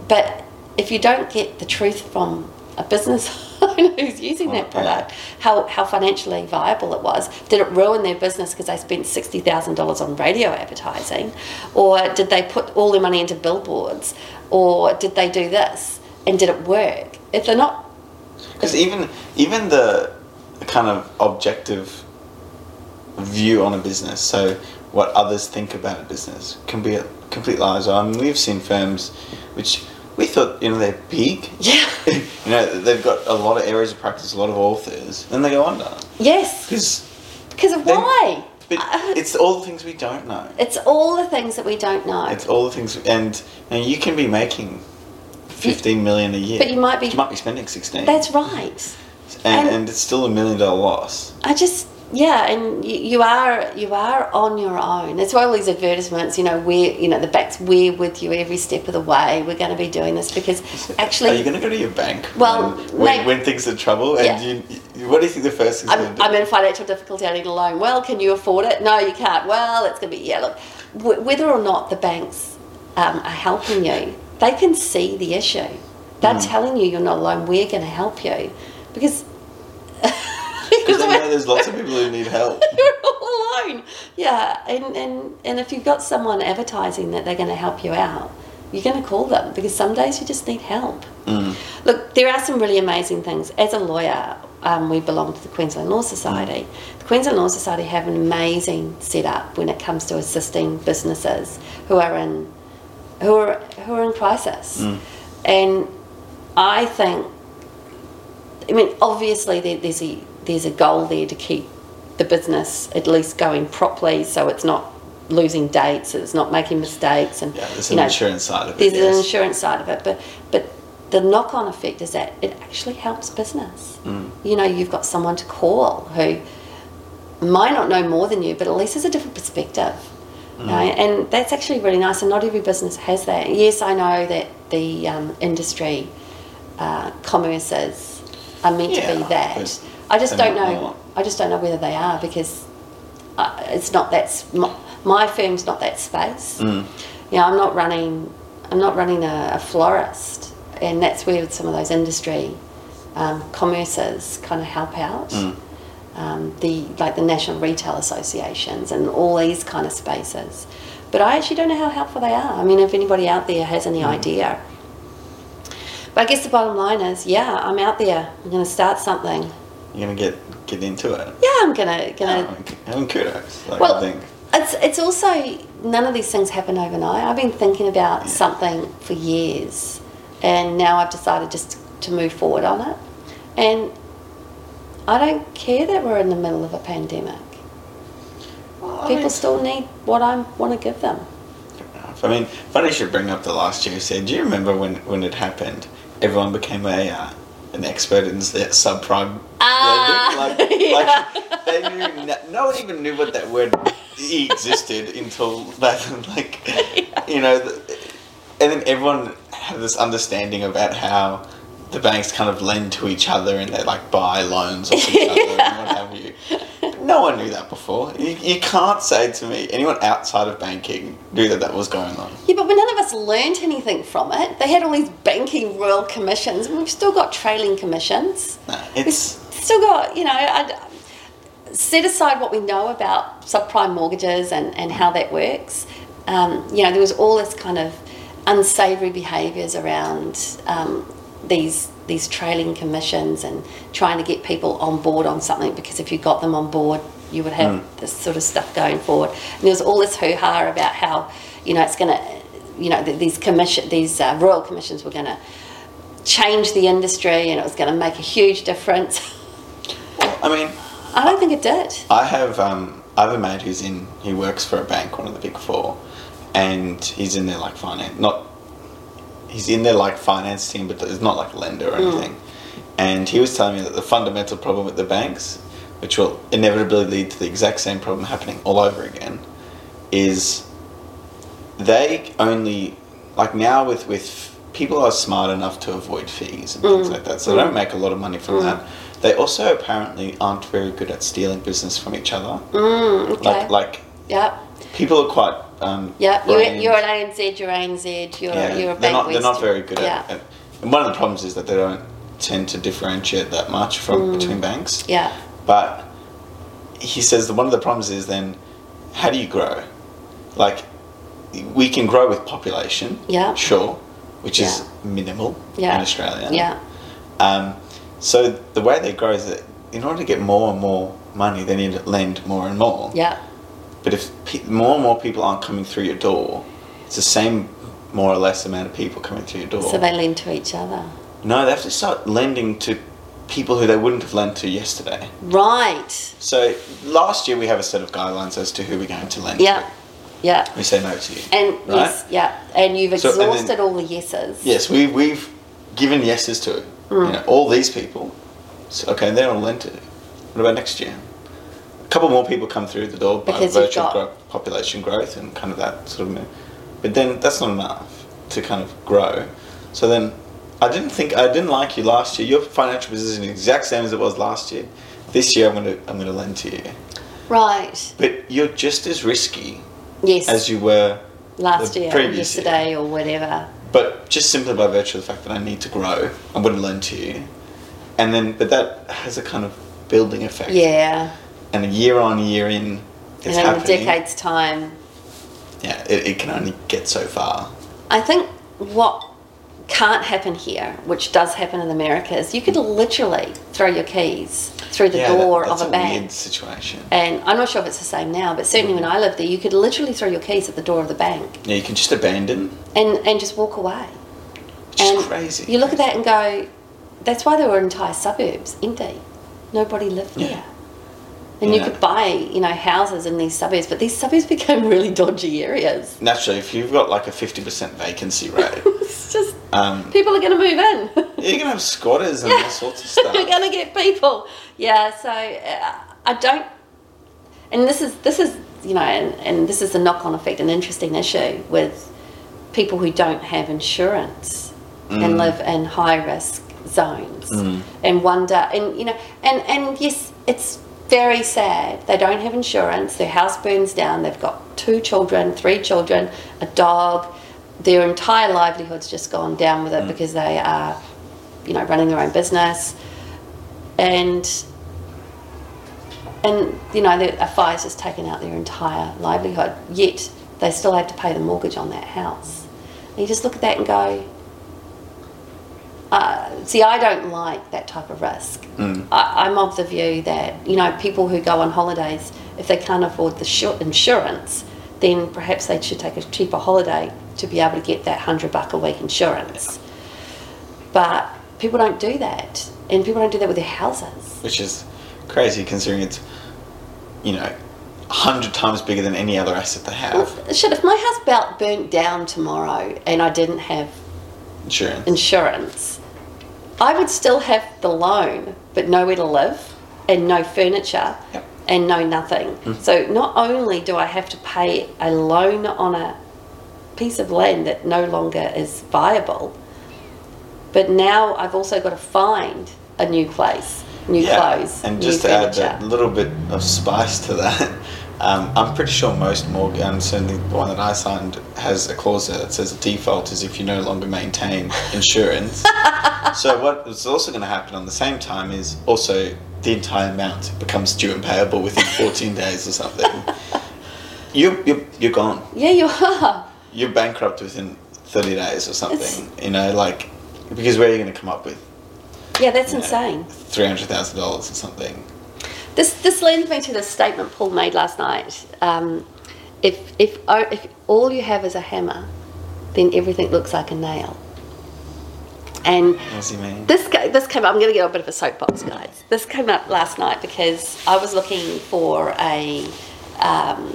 [SPEAKER 2] But if you don't get the truth from a business owner who's using that
[SPEAKER 1] Well, yeah.
[SPEAKER 2] product, how, how financially viable it was. Did it ruin their business because they spent $60,000 on radio advertising? Or did they put all their money into billboards? Or did they do this? And did it work? If they're not,
[SPEAKER 1] Because even even the kind of objective view on a business, so what others think about a business, can be a complete lies. I mean, we've seen firms which we thought you know they're big.
[SPEAKER 2] yeah,
[SPEAKER 1] you know they've got a lot of areas of practice, a lot of authors, and they go under
[SPEAKER 2] yes,
[SPEAKER 1] because
[SPEAKER 2] because of
[SPEAKER 1] They-
[SPEAKER 2] why?
[SPEAKER 1] But it's all the things we don't know.
[SPEAKER 2] It's all the things that we don't know.
[SPEAKER 1] It's all the things, and, and you can be making fifteen million a year,
[SPEAKER 2] But you might be-
[SPEAKER 1] you might be spending sixteen,
[SPEAKER 2] That's right.
[SPEAKER 1] and,
[SPEAKER 2] and-
[SPEAKER 1] and it's still a million dollar loss.
[SPEAKER 2] I just yeah, and you, you are you are on your own. It's all these advertisements, you know, we're you know the bank's we're with you every step of the way. We're going to be doing this because
[SPEAKER 1] Are
[SPEAKER 2] actually,
[SPEAKER 1] you going to go to your bank?
[SPEAKER 2] Well,
[SPEAKER 1] when,
[SPEAKER 2] may-
[SPEAKER 1] when, when things are trouble,
[SPEAKER 2] Yeah.
[SPEAKER 1] and you, you, what do you think the first thing's going
[SPEAKER 2] I'm,
[SPEAKER 1] to
[SPEAKER 2] I'm in financial difficulty. I need a loan. Well, can you afford it? No, you can't. Well, it's going to be yeah. Look, wh- whether or not the banks um, are helping you, they can see the issue. They're
[SPEAKER 1] Hmm.
[SPEAKER 2] telling you you're not alone. We're going to help you because
[SPEAKER 1] Because I know there's lots of people who need help.
[SPEAKER 2] you're all alone. Yeah, and, and, and if you've got someone advertising that they're going to help you out, you're going to call them because some days you just need help.
[SPEAKER 1] Mm.
[SPEAKER 2] Look, there are some really amazing things. As a lawyer, um, we belong to the Queensland Law Society.
[SPEAKER 1] Mm.
[SPEAKER 2] The Queensland Law Society have an amazing setup when it comes to assisting businesses who are in who are who are in crisis,
[SPEAKER 1] Mm.
[SPEAKER 2] and I think I mean, obviously there, there's a there's a goal there to keep the business at least going properly, so it's not losing dates, it's not making mistakes, and
[SPEAKER 1] Yeah, there's
[SPEAKER 2] you
[SPEAKER 1] an
[SPEAKER 2] know,
[SPEAKER 1] insurance side of it.
[SPEAKER 2] there's
[SPEAKER 1] yes.
[SPEAKER 2] an insurance side of it, but but the knock-on effect is that it actually helps business.
[SPEAKER 1] Mm.
[SPEAKER 2] You know, you've got someone to call who might not know more than you, but at least has a different perspective.
[SPEAKER 1] Mm.
[SPEAKER 2] you know, and that's actually really nice, and not every business has that. Yes, I know that the um, industry uh, commerces are meant to be
[SPEAKER 1] Yeah,
[SPEAKER 2] that.
[SPEAKER 1] but
[SPEAKER 2] I just
[SPEAKER 1] they're
[SPEAKER 2] don't
[SPEAKER 1] not
[SPEAKER 2] know.
[SPEAKER 1] not.
[SPEAKER 2] I just don't know whether they are because uh, it's not that s- my, my firm's not that space.
[SPEAKER 1] Mm.
[SPEAKER 2] You know, I'm not running. I'm not running a, a florist, and that's where some of those industry um, commerces kind of help out.
[SPEAKER 1] Mm.
[SPEAKER 2] Um, the like the national retail associations and all these kind of spaces, but I actually don't know how helpful they are. I mean, if anybody out there has any idea, but I guess the bottom line is, yeah, I'm out there. I'm going to start something.
[SPEAKER 1] You're going to get get into it.
[SPEAKER 2] Yeah, I'm gonna gonna.
[SPEAKER 1] I mean, kudos. Like,
[SPEAKER 2] Well,
[SPEAKER 1] I think.
[SPEAKER 2] it's it's also none of these things happen overnight. I've been thinking about something for years, and now I've decided just to move forward on it. And I don't care that we're in the middle of a pandemic.
[SPEAKER 1] Well, I
[SPEAKER 2] People
[SPEAKER 1] mean,
[SPEAKER 2] still need what I want to give them.
[SPEAKER 1] I mean, funny you should bring up the last year. Said, do you remember when, when it happened? Everyone became a uh, an expert in s- that subprime.
[SPEAKER 2] Ah,
[SPEAKER 1] lending. Like,
[SPEAKER 2] yeah.
[SPEAKER 1] like they knew no, no one even knew what that word existed until that. Like, you know, the, and then everyone had this understanding about how the banks kind of lend to each other and they like buy loans off each other and what have you. No one knew that before. You, you can't say to me anyone outside of banking knew that that was going on.
[SPEAKER 2] Yeah, but none of us learnt anything from it. They had all these banking royal commissions, and we've still got trailing commissions.
[SPEAKER 1] No,
[SPEAKER 2] We've
[SPEAKER 1] it's
[SPEAKER 2] still got, you know, I'd set aside what we know about subprime mortgages and, and how that works. Um, you know, there was all this kind of unsavoury behaviours around um, these these trailing commissions and trying to get people on board on something because if you got them on board, you would have this sort of stuff going forward. And there was all this hoo ha about how, you know, it's going to, you know, th- these commission these uh, royal commissions were going to change the industry and it was going to make a huge difference.
[SPEAKER 1] I mean,
[SPEAKER 2] I don't think it did.
[SPEAKER 1] I have um, I have a mate who's in he works for a bank, one of the big four, and he's in there like finance not he's in there like finance team, but it's not like lender or anything. And he was telling me that the fundamental problem with the banks, which will inevitably lead to the exact same problem happening all over again, is they only like now with with people are smart enough to avoid fees and things like that, so they don't make a lot of money from that. They also apparently aren't very good at stealing business from each other.
[SPEAKER 2] Mm, Okay.
[SPEAKER 1] Like like
[SPEAKER 2] Yep.
[SPEAKER 1] people are quite. Um,
[SPEAKER 2] Yep. You're,
[SPEAKER 1] brained.
[SPEAKER 2] you're an ANZ, you're ANZ, you're,
[SPEAKER 1] Yeah,
[SPEAKER 2] you're a bank
[SPEAKER 1] they're not, they're not
[SPEAKER 2] West.
[SPEAKER 1] very good
[SPEAKER 2] yeah.
[SPEAKER 1] at, at. And one of the problems is that they don't tend to differentiate that much from
[SPEAKER 2] Mm.
[SPEAKER 1] between banks.
[SPEAKER 2] Yeah.
[SPEAKER 1] But he says that one of the problems is then how do you grow? Like we can grow with population,
[SPEAKER 2] Yeah.
[SPEAKER 1] sure, which is
[SPEAKER 2] Yeah.
[SPEAKER 1] minimal
[SPEAKER 2] Yeah.
[SPEAKER 1] in Australia.
[SPEAKER 2] Yeah.
[SPEAKER 1] Um, so the way they grow is that in order to get more and more money, they need to lend more and more.
[SPEAKER 2] Yeah.
[SPEAKER 1] But if pe- more and more people aren't coming through your door, it's the same more or less amount of people coming through your door.
[SPEAKER 2] So they lend to each other.
[SPEAKER 1] no, they have to start lending to people who they wouldn't have lent to yesterday.
[SPEAKER 2] Right.
[SPEAKER 1] So last year we have a set of guidelines as to who we're going to lend
[SPEAKER 2] Yeah.
[SPEAKER 1] to.
[SPEAKER 2] Yeah.
[SPEAKER 1] We say no to you.
[SPEAKER 2] And
[SPEAKER 1] right?
[SPEAKER 2] yes, yeah. And you've
[SPEAKER 1] So- and then-
[SPEAKER 2] exhausted all the yeses.
[SPEAKER 1] Yes, we, we've given yeses to
[SPEAKER 2] Hmm.
[SPEAKER 1] you know, all these people. So, okay, they're all lent to. What about next year? A couple more people come through the door by
[SPEAKER 2] Because you've
[SPEAKER 1] virtue of
[SPEAKER 2] got-
[SPEAKER 1] gro- population growth and kind of that sort of. But then that's not enough to kind of grow. So then, I didn't think I didn't like you last year. Your financial position is the exact same as it was last year. This year I'm gonna I'm gonna lend to you,
[SPEAKER 2] Right.
[SPEAKER 1] but you're just as risky
[SPEAKER 2] Yes.
[SPEAKER 1] as you were
[SPEAKER 2] last
[SPEAKER 1] the
[SPEAKER 2] year or
[SPEAKER 1] previous year.
[SPEAKER 2] yesterday or whatever.
[SPEAKER 1] but just simply by virtue of the fact that I need to grow, I'm going to learn to you, and then but that has a kind of building effect.
[SPEAKER 2] Yeah.
[SPEAKER 1] And year on year in, it's
[SPEAKER 2] And in a
[SPEAKER 1] happening.
[SPEAKER 2] decade's time,
[SPEAKER 1] Yeah, it, it can only get so far.
[SPEAKER 2] I think what can't happen here, which does happen in America, is you could literally throw your keys through the
[SPEAKER 1] yeah, that-
[SPEAKER 2] door
[SPEAKER 1] that's
[SPEAKER 2] of a,
[SPEAKER 1] a
[SPEAKER 2] bank.
[SPEAKER 1] weird Mm. situation.
[SPEAKER 2] And I'm not sure if it's the same now, but certainly when I lived there, you could literally throw your keys at the door of the bank
[SPEAKER 1] Yeah, you can just abandon,
[SPEAKER 2] and, and just walk away.
[SPEAKER 1] which is
[SPEAKER 2] And
[SPEAKER 1] crazy.
[SPEAKER 2] You look at that and go, that's why there were entire suburbs empty. Nobody lived
[SPEAKER 1] Yeah.
[SPEAKER 2] there. And
[SPEAKER 1] Yeah.
[SPEAKER 2] you could buy, you know, houses in these suburbs, but these suburbs became really dodgy areas.
[SPEAKER 1] Naturally, if you've got like a fifty percent vacancy rate,
[SPEAKER 2] It's just
[SPEAKER 1] um,
[SPEAKER 2] people are going to move in.
[SPEAKER 1] you're gonna have squatters and all sorts of
[SPEAKER 2] You're
[SPEAKER 1] stuff.
[SPEAKER 2] going to get people. Yeah, so uh, I don't. And this is this is you know, and, and this is the knock-on effect, an interesting issue with people who don't have insurance and live in high-risk zones and wonder and you know and and yes, it's very sad. They don't have insurance. Their house burns down. They've got two children, three children, a dog. Their entire livelihood's just gone down with it because they are you know running their own business and and you know the, a fire's just taken out their entire livelihood yet they still have to pay the mortgage on that house and you just look at that and go uh, see i don't like that type of risk I, i'm of the view that you know people who go on holidays if they can't afford the shu- insurance then perhaps they should take a cheaper holiday to be able to get that 100 buck a week insurance but people don't do that, and people don't do that with their houses.
[SPEAKER 1] which is crazy considering it's you know hundred times bigger than any other asset they have.
[SPEAKER 2] Shit, if my house belt burnt down tomorrow and I didn't have
[SPEAKER 1] Insurance.
[SPEAKER 2] insurance, I would still have the loan, but nowhere to live, and no furniture,
[SPEAKER 1] Yep. Hmm.
[SPEAKER 2] and no nothing. So not only do I have to pay a loan on a piece of land that no longer is viable, but now I've also got to find a new place, new clothes,
[SPEAKER 1] And
[SPEAKER 2] new
[SPEAKER 1] just to add
[SPEAKER 2] furniture.
[SPEAKER 1] that little bit of spice to that, um, I'm pretty sure most mortgage, and certainly the one that I signed, has a clause there that says the default is if you no longer maintain insurance. so what is also going to happen on the same time is also the entire amount becomes due and payable within 14 days or something. You, you, you're gone.
[SPEAKER 2] Yeah, you are.
[SPEAKER 1] You're bankrupt within 30 days or something.
[SPEAKER 2] It's-
[SPEAKER 1] you know, like, because where are you going to come up with
[SPEAKER 2] Yeah, that's insane.
[SPEAKER 1] $300,000 or something?
[SPEAKER 2] This this lends me to the statement Paul made last night. Um, if if o- if all you have is a hammer, then everything looks like a nail. And
[SPEAKER 1] What does he mean?
[SPEAKER 2] This ca- this came up. I'm going to get on a bit of a soapbox, guys. This came up last night because I was looking for a um,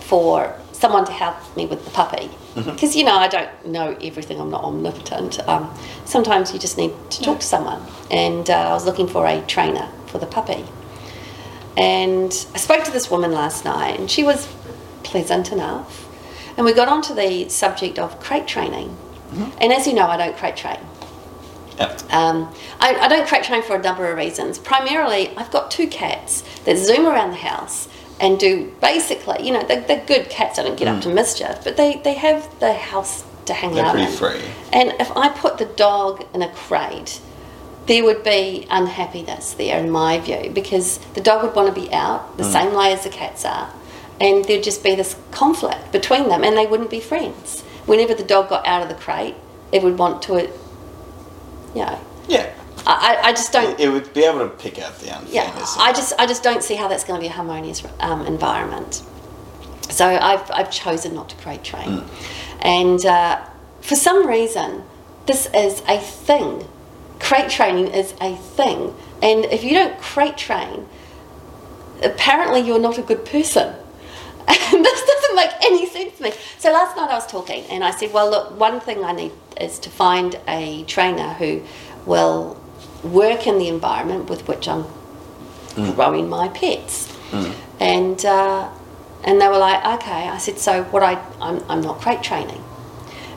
[SPEAKER 2] for someone to help me with the puppy because you know I don't know everything. I'm not omnipotent. Um, sometimes you just need to talk to someone, and uh, I was looking for a trainer for the puppy. And I spoke to this woman last night, and she was pleasant enough. And we got onto the subject of crate training. And as you know, I don't crate train.
[SPEAKER 1] Yeah.
[SPEAKER 2] Um, I, I don't crate train for a number of reasons. Primarily, I've got two cats that zoom around the house and do basically, you know, they're, they're good cats. They don't get up to mischief, but they, they have the house to hang
[SPEAKER 1] Hmm. They're
[SPEAKER 2] out
[SPEAKER 1] pretty
[SPEAKER 2] in.
[SPEAKER 1] free.
[SPEAKER 2] And if I put the dog in a crate, there would be unhappiness there, in my view, because the dog would want to be out the
[SPEAKER 1] Hmm.
[SPEAKER 2] same way as the cats are, and there'd just be this conflict between them, and they wouldn't be friends. Whenever the dog got out of the crate, it would want to, you know,
[SPEAKER 1] Yeah.
[SPEAKER 2] I, I- I just don't.
[SPEAKER 1] It, it would be able to pick out the unfairness.
[SPEAKER 2] Yeah,
[SPEAKER 1] of-
[SPEAKER 2] I just I just don't see how that's going to be a harmonious um, environment. So I've I've chosen not to crate train, and uh, for some reason, this is a thing crate training is a thing. And if you don't crate train, apparently you're not a good person. And this doesn't make any sense to me. So last night I was talking and I said, well, look, one thing I need is to find a trainer who will work in the environment with which I'm growing my pets. And, uh, and they were like, okay. I said, so what I, I'm, I'm not crate training.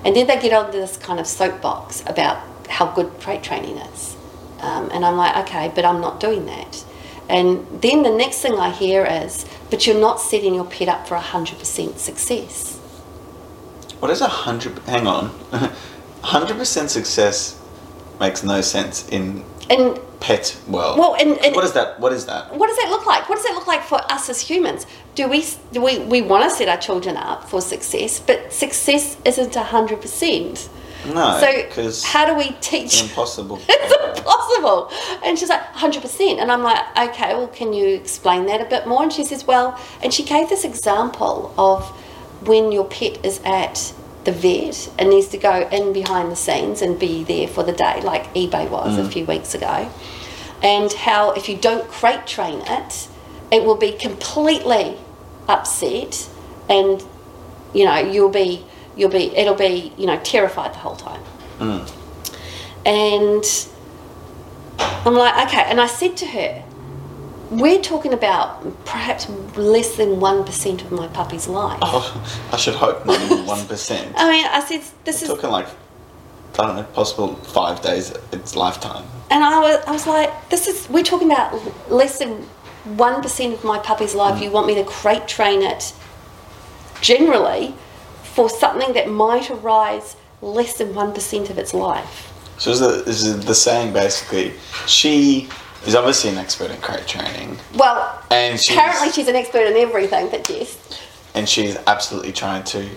[SPEAKER 2] And then they get on this kind of soapbox about how good crate training is. Um, and I'm like, okay, but I'm not doing that. And then the next thing I hear is, but you're not setting your pet up for 100% success.
[SPEAKER 1] What is a hundred? Hang on, hundred percent success makes no sense in
[SPEAKER 2] And
[SPEAKER 1] pet world.
[SPEAKER 2] Well, and- and-
[SPEAKER 1] what is that? What is that?
[SPEAKER 2] what does that look like? What does that look like for us as humans? Do we do we, we want to set our children up for success, but success isn't 100%.
[SPEAKER 1] No, because
[SPEAKER 2] so how do we
[SPEAKER 1] it's
[SPEAKER 2] teach
[SPEAKER 1] impossible.
[SPEAKER 2] it's impossible. And she's like, 100%. And I'm like, okay, well, can you explain that a bit more? And she says, well, and she gave this example of when your pet is at the vet and needs to go in behind the scenes and be there for the day, like eBay was a few weeks ago. And how if you don't crate train it, it will be completely upset and you know you'll be you'll be it'll be you know terrified the whole time and I'm like, okay. And I said to her, we're talking about perhaps less than 1% of my puppy's life.
[SPEAKER 1] Oh, I should hope not even one percent.
[SPEAKER 2] I mean, I said, Uh, this is,
[SPEAKER 1] Talking like I don't know, possible five days. It's lifetime.
[SPEAKER 2] and I was, I was like, this is, we're talking about l- less than 1% of my puppy's
[SPEAKER 1] Mm.
[SPEAKER 2] life. You want me to crate train it generally for something that might arise less than 1% of its life.
[SPEAKER 1] So is the, is the saying basically? She is obviously an expert in crate training,
[SPEAKER 2] Well,
[SPEAKER 1] And she's-
[SPEAKER 2] apparently she's an expert in everything, but yes.
[SPEAKER 1] and she's absolutely trying to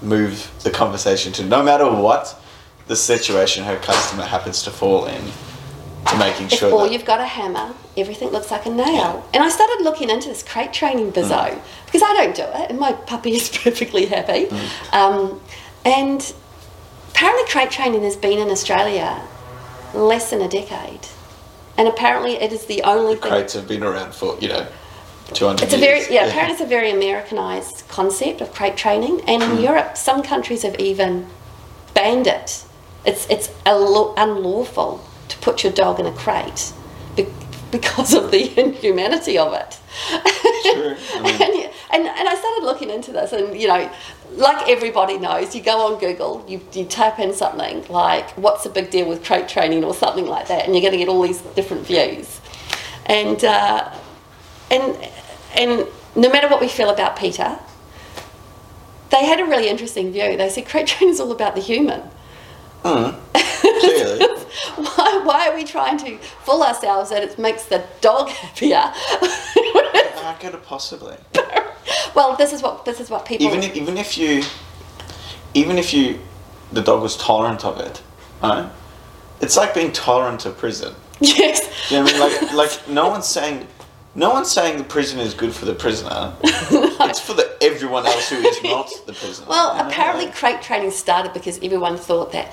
[SPEAKER 1] move the conversation to no matter what the situation her customer happens to fall in, to making
[SPEAKER 2] If
[SPEAKER 1] sure
[SPEAKER 2] all
[SPEAKER 1] that
[SPEAKER 2] you've got a hammer, everything looks like a nail. And I started looking into this crate
[SPEAKER 1] Mm.
[SPEAKER 2] training bizzo because I don't do it, and my puppy is perfectly happy.
[SPEAKER 1] Mm.
[SPEAKER 2] Um, and apparently, crate training has been in Australia less than a decade, and apparently, it is the only thing.
[SPEAKER 1] crates have been around for you know, two hundred.
[SPEAKER 2] It's a very yeah, Apparently, it's a very Americanized concept of crate training, and in
[SPEAKER 1] Hmm.
[SPEAKER 2] Europe, some countries have even banned it. It's it's unlaw- unlawful to put your dog in a crate be- because of the inhumanity of it.
[SPEAKER 1] Sure, I mean-
[SPEAKER 2] and, you- and and I started looking into this, and you know, like everybody knows, you go on Google, you you type in something like "What's the big deal with crate training?" or something like that, and you're going to get all these different views. And uh, and and no matter what we feel about Peter, they had a really interesting view. They said crate training is all about the human.
[SPEAKER 1] Clearly.
[SPEAKER 2] Why, why are we trying to fool ourselves that it makes the dog happier?
[SPEAKER 1] How could it possibly?
[SPEAKER 2] well, this is what this is what people.
[SPEAKER 1] Even if, even if you, even if you, the dog was tolerant of it, right? It's like being tolerant of prison.
[SPEAKER 2] yes,
[SPEAKER 1] Do you know what I mean? Like, like no one's saying, no one's saying the prison is good for the prisoner. It's for the everyone else who is not the prisoner.
[SPEAKER 2] Well,
[SPEAKER 1] you know?
[SPEAKER 2] apparently
[SPEAKER 1] Like,
[SPEAKER 2] crate training started because everyone thought that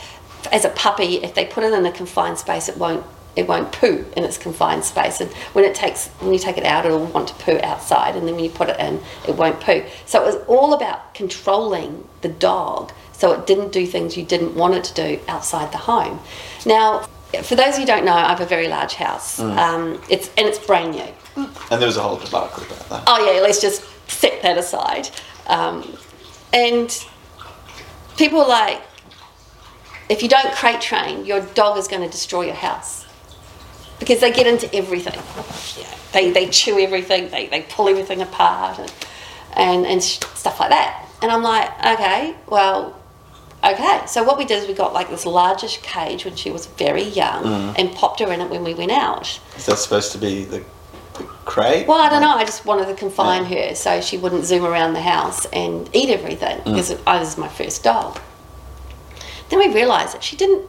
[SPEAKER 2] as a puppy, if they put it in a confined space, it won't it won't poo in its confined space, and when it takes when you take it out, it'll want to poo outside, and then when you put it in, it won't poo. So it was all about controlling the dog, so it didn't do things you didn't want it to do outside the home. Now, for those who don't know, I have a very large house. Um, it's and it's brand new.
[SPEAKER 1] and there was a whole debacle about that.
[SPEAKER 2] Oh yeah, let's just set that aside. Um, and people are like, if you don't crate train, your dog is going to destroy your house because they get into everything. Yeah, They, they chew everything, they, they pull everything apart and, and, and sh- stuff like that. And I'm like, okay, well, okay. So what we did is we got like this largish cage when she was very young and popped her in it when we went out.
[SPEAKER 1] Is that supposed to be the, the crate?
[SPEAKER 2] Well, I don't know. I just wanted to confine her so she wouldn't zoom around the house and eat everything
[SPEAKER 1] Mm.
[SPEAKER 2] because I was my first dog. Then we realised that she didn't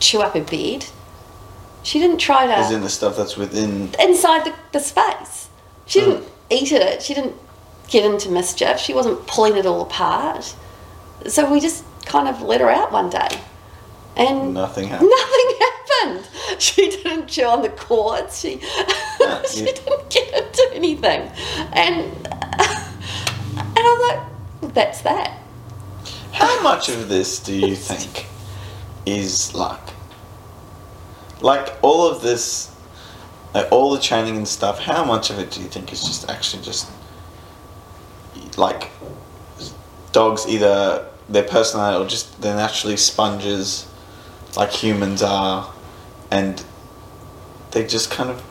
[SPEAKER 2] chew up her bed. She didn't try to
[SPEAKER 1] Is in the stuff that's within.
[SPEAKER 2] inside the, the space.
[SPEAKER 1] Mm.
[SPEAKER 2] She didn't eat at it. She didn't get into mischief. She wasn't pulling it all apart. So we just kind of let her out one day, and
[SPEAKER 1] Nothing happened.
[SPEAKER 2] nothing happened. She didn't chew on the cords. She she
[SPEAKER 1] Ah, yeah.
[SPEAKER 2] didn't get into anything, and and I was like, that's that.
[SPEAKER 1] How much of this do you think is luck? Like all of this, like all the training and stuff. How much of it do you think is just actually just like dogs either their personality or just they're naturally sponges, like humans are, and they just kind of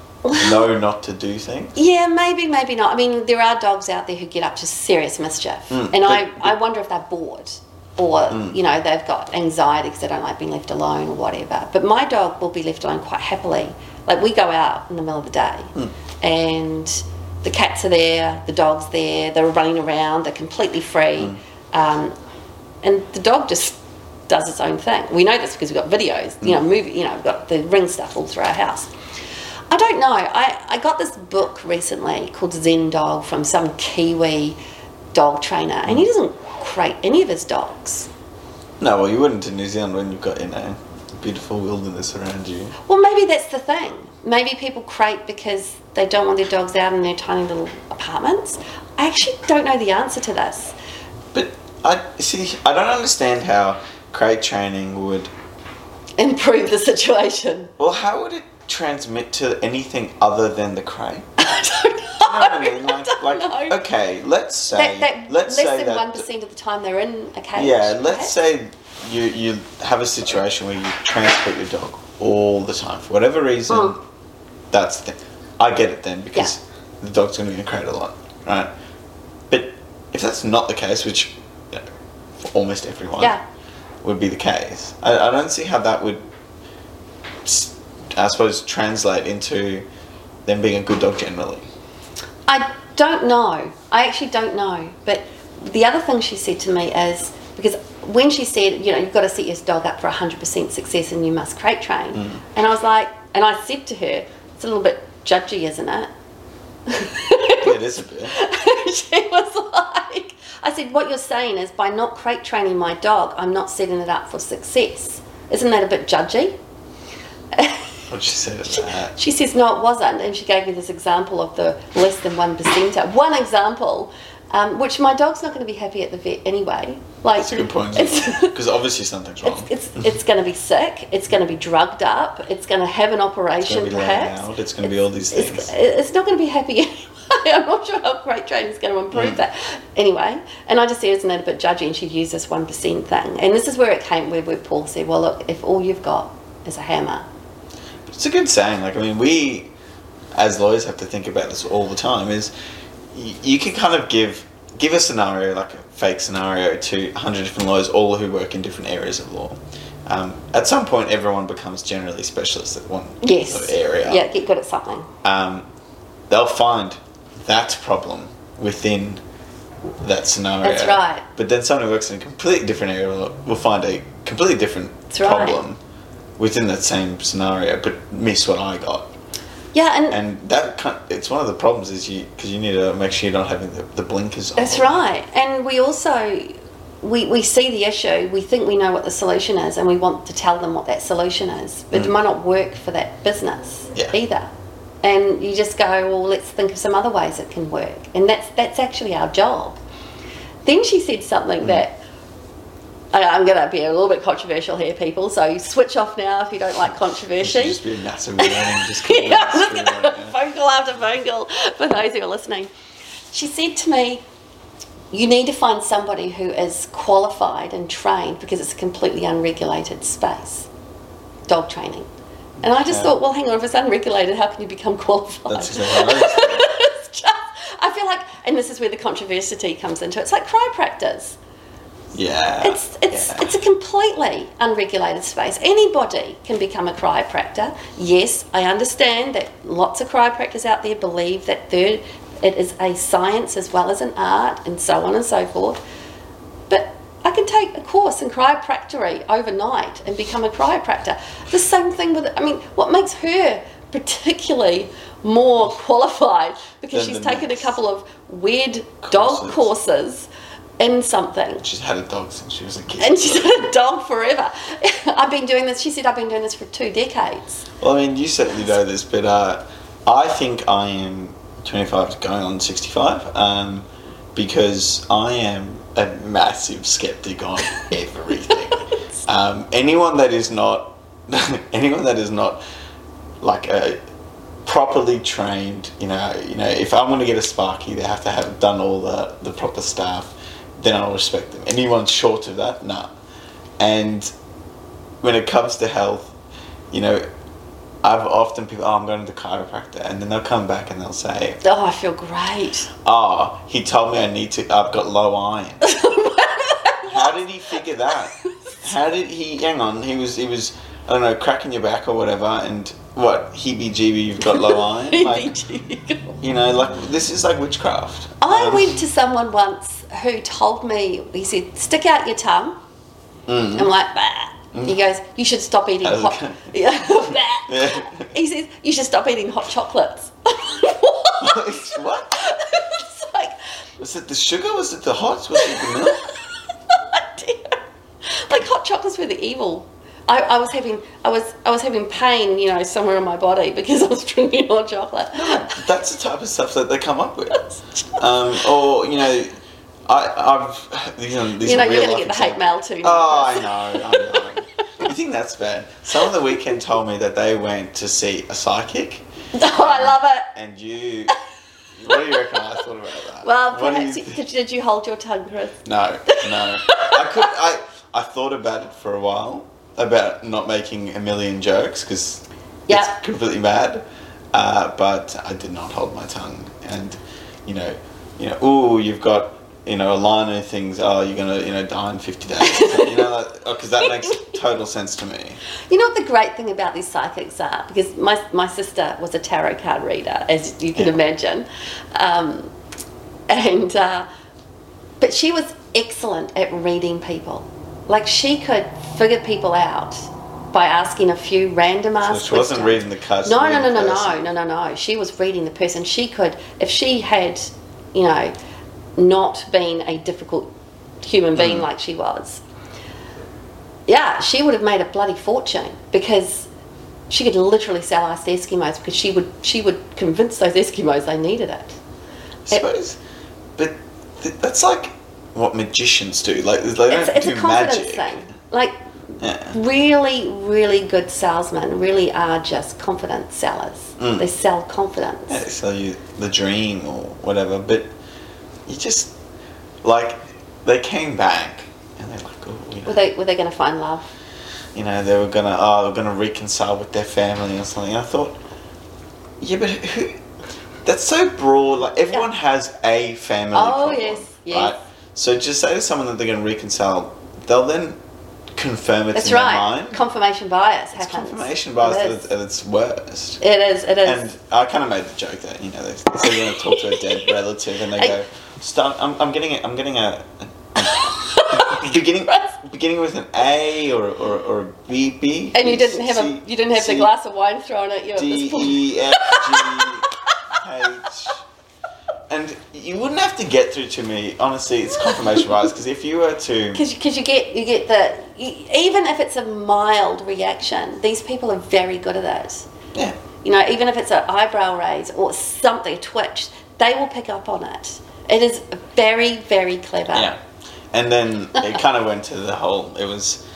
[SPEAKER 1] know not to do things.
[SPEAKER 2] Yeah, maybe, maybe not. I mean, there are dogs out there who get up to serious mischief,
[SPEAKER 1] Mm,
[SPEAKER 2] and I,
[SPEAKER 1] but- Mm.
[SPEAKER 2] I wonder if they're bored or you know they've got anxiety because they don't like being left alone or whatever. But my dog will be left alone quite happily. Like we go out in the middle of the day,
[SPEAKER 1] Mm.
[SPEAKER 2] and the cats are there, the dogs there, they're running around, they're completely
[SPEAKER 1] Mm.
[SPEAKER 2] free, um, and the dog just does its own thing. We know this because we've got videos,
[SPEAKER 1] Mm.
[SPEAKER 2] you know, movie, you know, we've got the ring stuff all through our house. I don't know. I, I got this book recently called Zen Dog from some Kiwi dog trainer, and he
[SPEAKER 1] Mm.
[SPEAKER 2] doesn't crate any of his dogs.
[SPEAKER 1] No, well, you wouldn't in New Zealand when you've got you know beautiful wilderness around you.
[SPEAKER 2] Well, maybe that's the thing. Maybe people crate because they don't want their dogs out in their tiny little apartments. I actually don't know the answer to this.
[SPEAKER 1] But I see. I don't understand how crate training would.
[SPEAKER 2] Improve the situation.
[SPEAKER 1] Well, how would it transmit to anything other than the crate?
[SPEAKER 2] I
[SPEAKER 1] You
[SPEAKER 2] don't
[SPEAKER 1] know what
[SPEAKER 2] know.
[SPEAKER 1] I mean?
[SPEAKER 2] I
[SPEAKER 1] Like,
[SPEAKER 2] don't
[SPEAKER 1] like,
[SPEAKER 2] know.
[SPEAKER 1] okay, let's say,
[SPEAKER 2] that, that
[SPEAKER 1] let's
[SPEAKER 2] less
[SPEAKER 1] say
[SPEAKER 2] than
[SPEAKER 1] that.
[SPEAKER 2] one percent of the time they're in a cage.
[SPEAKER 1] Yeah, let's
[SPEAKER 2] right?
[SPEAKER 1] say you you have a situation where you transport your dog all the time for whatever reason.
[SPEAKER 2] Mm.
[SPEAKER 1] That's the thing. I get it then because the dog's going to be in a crate a lot, right? But if that's not the case, which you know, for almost everyone
[SPEAKER 2] Yeah.
[SPEAKER 1] would be the case, I, I don't see how that would, s- I suppose, translate into them being a good dog generally.
[SPEAKER 2] I don't know. I actually don't know. But the other thing she said to me is because when she said, you know, you've got to set your dog up for 100% success and you must crate train.
[SPEAKER 1] Mm.
[SPEAKER 2] And I was like, and I said to her, it's a little bit judgy, isn't it?
[SPEAKER 1] it is a bit.
[SPEAKER 2] she was like, I said, what you're saying is by not crate training my dog, I'm not setting it up for success. Isn't that a bit judgy?
[SPEAKER 1] What she said at that.
[SPEAKER 2] She says, no, it wasn't. And she gave me this example of the less than one percenter. One example, um, which my dog's not going to be happy at the vet anyway. Like,
[SPEAKER 1] That's a good point.
[SPEAKER 2] It's,
[SPEAKER 1] Because obviously something's wrong.
[SPEAKER 2] it's, it's, going to be sick. It's going to be drugged up. It's going to have an operation,
[SPEAKER 1] It's gonna be
[SPEAKER 2] perhaps.
[SPEAKER 1] loud, it's gonna be all these
[SPEAKER 2] It's,
[SPEAKER 1] things.
[SPEAKER 2] it's not going to be happy anyway. I'm not sure how crate training is going to improve
[SPEAKER 1] Mm.
[SPEAKER 2] that. Anyway, and I just said, isn't that a bit judgy? And she used this 1% thing. And this is where it came, where, where Paul said, well, look, if all you've got is a hammer,
[SPEAKER 1] It's a good saying. Like, I mean, we as lawyers have to think about this all the time. Is y- you can kind of give give a scenario, like a fake scenario, to hundred different lawyers, all who work in different areas of law. Um, at some point, everyone becomes generally specialists at one
[SPEAKER 2] yes.
[SPEAKER 1] sort of area.
[SPEAKER 2] Yeah, get good at something.
[SPEAKER 1] Um, they'll find that problem within that scenario.
[SPEAKER 2] That's right.
[SPEAKER 1] But then someone who works in a completely different area will, will find a completely different
[SPEAKER 2] That's right.
[SPEAKER 1] problem within that same scenario, but miss what I got.
[SPEAKER 2] Yeah, and,
[SPEAKER 1] And that kind it's one of the problems is you because you need to make sure you're not having the, the blinkers on.
[SPEAKER 2] that's right. And we also we, we see the issue, we think we know what the solution is, and we want to tell them what that solution is, but it might not work for that business
[SPEAKER 1] Mm. Yeah.
[SPEAKER 2] either. And you just go, well, let's think of some other ways it can work, and that's that's actually our job. Then she said something
[SPEAKER 1] Mm.
[SPEAKER 2] that. I- I'm going to be a little bit controversial here, people. So you switch off now if you don't like
[SPEAKER 1] You should
[SPEAKER 2] controversy.
[SPEAKER 1] just be a massive warning, just keep
[SPEAKER 2] yeah,
[SPEAKER 1] it
[SPEAKER 2] I'm
[SPEAKER 1] straight
[SPEAKER 2] just gonna
[SPEAKER 1] away, yeah.
[SPEAKER 2] phone call after phone call for those who are listening. She said to me, "You need to find somebody who is qualified and trained because it's a completely unregulated space, dog training." And I just
[SPEAKER 1] Yeah.
[SPEAKER 2] thought, well, hang on, if it's unregulated, how can you become qualified?
[SPEAKER 1] That's exactly what I was thinking.
[SPEAKER 2] It's just- I feel like, and this is where the controversy comes into it. It's like chiropractors.
[SPEAKER 1] Yeah.
[SPEAKER 2] It's it's
[SPEAKER 1] yeah.
[SPEAKER 2] it's a completely unregulated space. Anybody can become a chiropractor. Yes, I understand that lots of chiropractors out there believe that there it is a science as well as an art and so on and so forth. But I can take a course in chiropractic overnight and become a chiropractor. The same thing with I mean, what makes her particularly more qualified because
[SPEAKER 1] Than
[SPEAKER 2] she's
[SPEAKER 1] the
[SPEAKER 2] taken a
[SPEAKER 1] next.
[SPEAKER 2] couple of weird dog
[SPEAKER 1] Courses.
[SPEAKER 2] courses in something.
[SPEAKER 1] She's had a dog since she was a kid.
[SPEAKER 2] And she's had a dog forever. I've been doing this, she said, I've been doing this for two decades.
[SPEAKER 1] Well, I mean, you certainly know this, but uh, I think I am 25 going on 65 um, because I am a massive skeptic on everything. um, anyone that is not, anyone that is not like a properly trained, you know, you know, if I want to get a Sparky, they have to have done all the, the proper stuff, then I'll respect them. Anyone short of that, nah. And when it comes to health, you know, I've often people, oh, I'm going to the chiropractor, and then they'll come back and they'll say,
[SPEAKER 2] Oh, I feel great.
[SPEAKER 1] oh, he told me I need to, I've got low iron. How did he figure that? How did he, hang on, he was, he was, I don't know, cracking your back or whatever, and what, heebie-jeebie, you've got low iron? Like, you know, like, this is like witchcraft.
[SPEAKER 2] I
[SPEAKER 1] Um,
[SPEAKER 2] went to someone once who told me, he said, stick out your tongue.
[SPEAKER 1] Mm.
[SPEAKER 2] I'm like, bah. He
[SPEAKER 1] Mm-hmm.
[SPEAKER 2] goes, you should stop eating
[SPEAKER 1] How's it
[SPEAKER 2] hot.
[SPEAKER 1] going?
[SPEAKER 2] Yeah, bah.
[SPEAKER 1] Yeah.
[SPEAKER 2] He says, you should stop eating hot chocolates. What?
[SPEAKER 1] what?
[SPEAKER 2] it's like,
[SPEAKER 1] Was it the sugar? Was it the hot? Was it the milk?
[SPEAKER 2] dear. like hot chocolates were the evil. I, I was having I was I was having pain, you know, somewhere in my body because I was drinking hot chocolate.
[SPEAKER 1] That's the type of stuff that they come up with. Um, or, you know, I, I've, these are, these
[SPEAKER 2] you know,
[SPEAKER 1] are real
[SPEAKER 2] you're gonna
[SPEAKER 1] life
[SPEAKER 2] get the hate
[SPEAKER 1] examples.
[SPEAKER 2] mail too.
[SPEAKER 1] Oh, I know, I know. you think that's bad? Someone the weekend told me that they went to see a psychic,
[SPEAKER 2] Oh, I love it.
[SPEAKER 1] and you. What do you reckon I thought about that?
[SPEAKER 2] Well,
[SPEAKER 1] What do
[SPEAKER 2] perhaps
[SPEAKER 1] you
[SPEAKER 2] you-
[SPEAKER 1] think?
[SPEAKER 2] did, did you hold your tongue, Chris?
[SPEAKER 1] No, no. I could. I I thought about it for a while about not making a million jokes because
[SPEAKER 2] Yeah.
[SPEAKER 1] it's completely mad. Uh, but I did not hold my tongue, and you know, you know, ooh, you've got you know a line of things. Oh, you're gonna you know die in fifty days. you know, because that makes total sense to me.
[SPEAKER 2] You know what the great thing about these psychics are? Because my, my sister was a tarot card reader, as you can
[SPEAKER 1] Yeah.
[SPEAKER 2] imagine. Um, and, uh, but she was excellent at reading people. Like she could figure people out by asking a few random
[SPEAKER 1] So
[SPEAKER 2] ass
[SPEAKER 1] she wasn't
[SPEAKER 2] questions.
[SPEAKER 1] reading the cards.
[SPEAKER 2] No,
[SPEAKER 1] she
[SPEAKER 2] no,
[SPEAKER 1] read
[SPEAKER 2] no, no,
[SPEAKER 1] the
[SPEAKER 2] no,
[SPEAKER 1] person.
[SPEAKER 2] no, no, no. She was reading the person. She could, if she had, you know, not been a difficult human
[SPEAKER 1] Hmm.
[SPEAKER 2] being like she was, yeah, she would have made a bloody fortune because she could literally sell ice to Eskimos because she would she would convince those Eskimos they needed it.
[SPEAKER 1] I suppose, but th- that's like what magicians do. Like they don't
[SPEAKER 2] It's, it's
[SPEAKER 1] do
[SPEAKER 2] a
[SPEAKER 1] magic.
[SPEAKER 2] confidence thing. Like
[SPEAKER 1] Yeah.
[SPEAKER 2] really, really good salesmen really are just confidence sellers.
[SPEAKER 1] Hmm.
[SPEAKER 2] They sell confidence.
[SPEAKER 1] Yeah, they sell you the dream or whatever, but you just like they came back and they're like, oh, you
[SPEAKER 2] Were
[SPEAKER 1] know,
[SPEAKER 2] they were they going to find love?
[SPEAKER 1] you know, they were gonna, oh, they were gonna reconcile with their family or something. And I thought, yeah, but who? That's so broad. Like everyone has a family.
[SPEAKER 2] Oh,
[SPEAKER 1] problem,
[SPEAKER 2] yes, yes.
[SPEAKER 1] Right? So just say to someone that they're gonna reconcile, they'll then confirm it
[SPEAKER 2] That's
[SPEAKER 1] in
[SPEAKER 2] right.
[SPEAKER 1] their mind.
[SPEAKER 2] Confirmation bias
[SPEAKER 1] it's
[SPEAKER 2] happens.
[SPEAKER 1] confirmation bias
[SPEAKER 2] It
[SPEAKER 1] at
[SPEAKER 2] is.
[SPEAKER 1] its, at its worst.
[SPEAKER 2] It is. It is.
[SPEAKER 1] And I kind of made the joke that you know they they say you're going to talk to a dead relative, and they go, "Start. I'm, I'm getting it. I'm getting a, a beginning beginning with an A or or, or a B B."
[SPEAKER 2] And you didn't have a you didn't have the glass of wine thrown at you at
[SPEAKER 1] D
[SPEAKER 2] this point.
[SPEAKER 1] E F G H. And you wouldn't have to get through to me. Honestly, it's confirmation bias because if you were to,
[SPEAKER 2] Because you get you get the you, even if it's a mild reaction, these people are very good at it.
[SPEAKER 1] yeah,
[SPEAKER 2] You know, even if it's an eyebrow raise or something a twitch, they will pick up on it. It is very very clever.
[SPEAKER 1] Yeah, and then it kind of went to the whole. It was,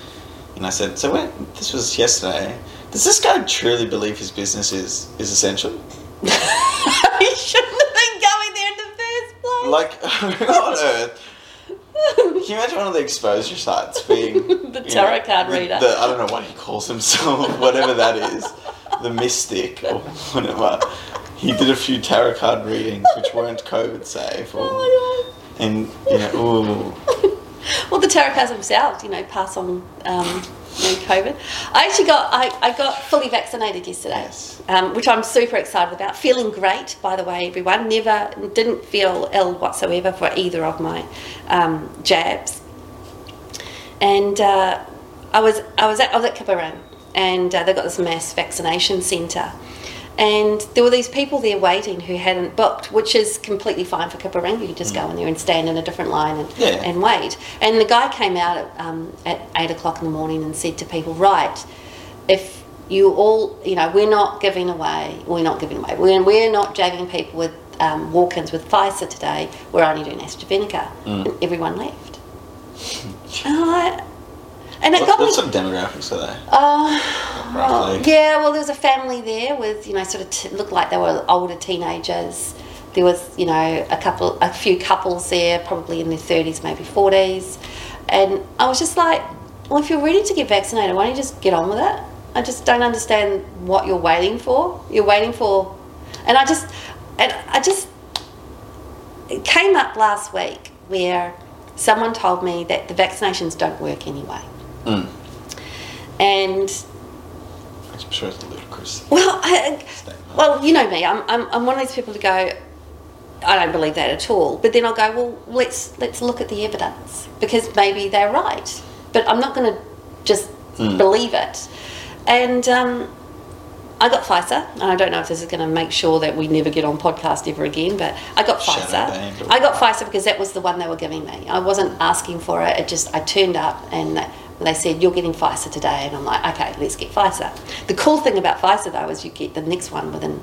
[SPEAKER 1] and I said, so when this was yesterday. Does this guy truly believe his business is is essential?
[SPEAKER 2] you shouldn't have been going there in the first place. Oh
[SPEAKER 1] Like, on earth? Can you imagine one of the exposure sites being
[SPEAKER 2] The
[SPEAKER 1] you
[SPEAKER 2] tarot card
[SPEAKER 1] the-
[SPEAKER 2] reader.
[SPEAKER 1] The, I don't know what he calls himself, whatever that is, the mystic or whatever. He did a few tarot card readings which weren't COVID safe, or,
[SPEAKER 2] oh my god.
[SPEAKER 1] and you know, ooh,
[SPEAKER 2] Well, the tarot cards themselves, you know, pass on um, you know, COVID. I actually got I, I got fully vaccinated yesterday,
[SPEAKER 1] Yes.
[SPEAKER 2] um, which I'm super excited about. Feeling great, by the way, everyone. Never didn't feel ill whatsoever for either of my um, jabs, and uh, I was I was at I was at Kibarang, and uh, they've got this mass vaccination centre, And there were these people there waiting who hadn't booked, which is completely fine for Kaparangi. You just go in there and stand in a different line and,
[SPEAKER 1] Yeah.
[SPEAKER 2] and wait. And the guy came out at, um, at eight o'clock in the morning and said to people, right, if you all, you know, we're not giving away, we're not giving away, we're, we're not jagging people with um, walk ins with FISA today, we're only doing AstraZeneca. And everyone left. And, I, Uh, and it
[SPEAKER 1] What,
[SPEAKER 2] got
[SPEAKER 1] what
[SPEAKER 2] me.
[SPEAKER 1] sort of demographics are they?
[SPEAKER 2] Oh,
[SPEAKER 1] Roughly.
[SPEAKER 2] yeah. Well, there was a family there with you know sort of t- looked like they were older teenagers. There was you know a couple, a few couples there, probably in their thirties, maybe forties, and I was just like, well, if you're ready to get vaccinated, why don't you just get on with it? I just don't understand what you're waiting for. You're waiting for, and I just, and I just it came up last week where someone told me that the vaccinations don't work anyway.
[SPEAKER 1] Mm.
[SPEAKER 2] And
[SPEAKER 1] I'm sure it's ludicrous.
[SPEAKER 2] well, I, well, you know me. I'm, I'm, I'm one of these people who go, I don't believe that at all. But then I'll go, well, let's let's look at the evidence because maybe they're right. But I'm not going to just
[SPEAKER 1] Hmm.
[SPEAKER 2] believe it. And um, I got FISA, and I don't know if this is going to make sure that we never get on podcast ever again. But I got
[SPEAKER 1] Shadow
[SPEAKER 2] FISA.
[SPEAKER 1] banned or-
[SPEAKER 2] I got FISA because that was the one they were giving me. I wasn't asking for it. It just I turned up and they said you're getting FISA today, and I'm like, okay, let's get FISA. The cool thing about FISA though is you get the next one within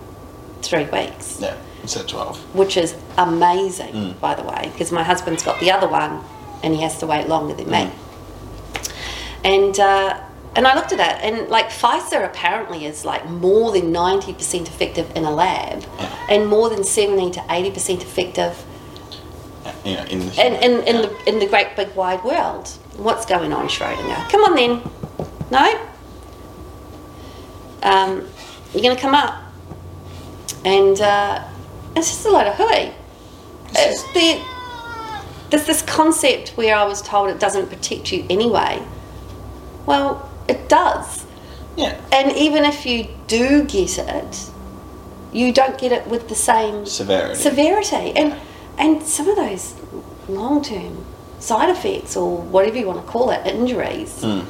[SPEAKER 2] three weeks,
[SPEAKER 1] Yeah, it's at 12.
[SPEAKER 2] which is amazing, by the way, because my husband's got the other one, and he has to wait longer than me. And uh, and I looked at it, and like FISA apparently is like more than ninety percent effective in a lab,
[SPEAKER 1] Yeah.
[SPEAKER 2] and more than seventy to eighty percent effective
[SPEAKER 1] Uh, You know, in the
[SPEAKER 2] in, in, in, the, in the great big wide world. What's going on, Schrodinger? Come on then. No? Um, you're going to come up. And uh, it's just a lot of hooey. It's the, there's this concept where I was told it doesn't protect you anyway. Well, it does.
[SPEAKER 1] Yeah,
[SPEAKER 2] And even if you do get it, you don't get it with the same
[SPEAKER 1] severity.
[SPEAKER 2] severity and and some of those long term side effects or whatever you want to call it injuries
[SPEAKER 1] Hmm.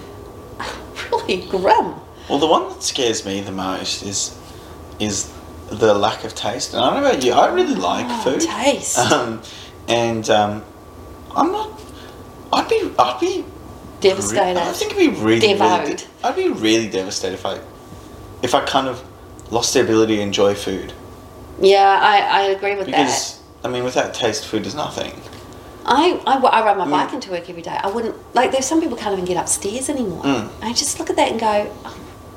[SPEAKER 2] are really grim
[SPEAKER 1] Well, the one that scares me the most is is the lack of taste. And I don't know about you, I really like
[SPEAKER 2] Oh,
[SPEAKER 1] food.
[SPEAKER 2] taste.
[SPEAKER 1] Um, and um, I'm not. I'd be. I'd be.
[SPEAKER 2] devastated
[SPEAKER 1] I think it'd be really. really
[SPEAKER 2] Devoured.
[SPEAKER 1] de- I'd be really devastated if I, if I kind of lost the ability to enjoy food
[SPEAKER 2] yeah I, I agree with that
[SPEAKER 1] because I mean, without taste, food is nothing.
[SPEAKER 2] I, I, wa- I ride my
[SPEAKER 1] Hmm.
[SPEAKER 2] bike into work every day I wouldn't like there's some people can't even get upstairs anymore
[SPEAKER 1] Mm.
[SPEAKER 2] I just look at that and go oh,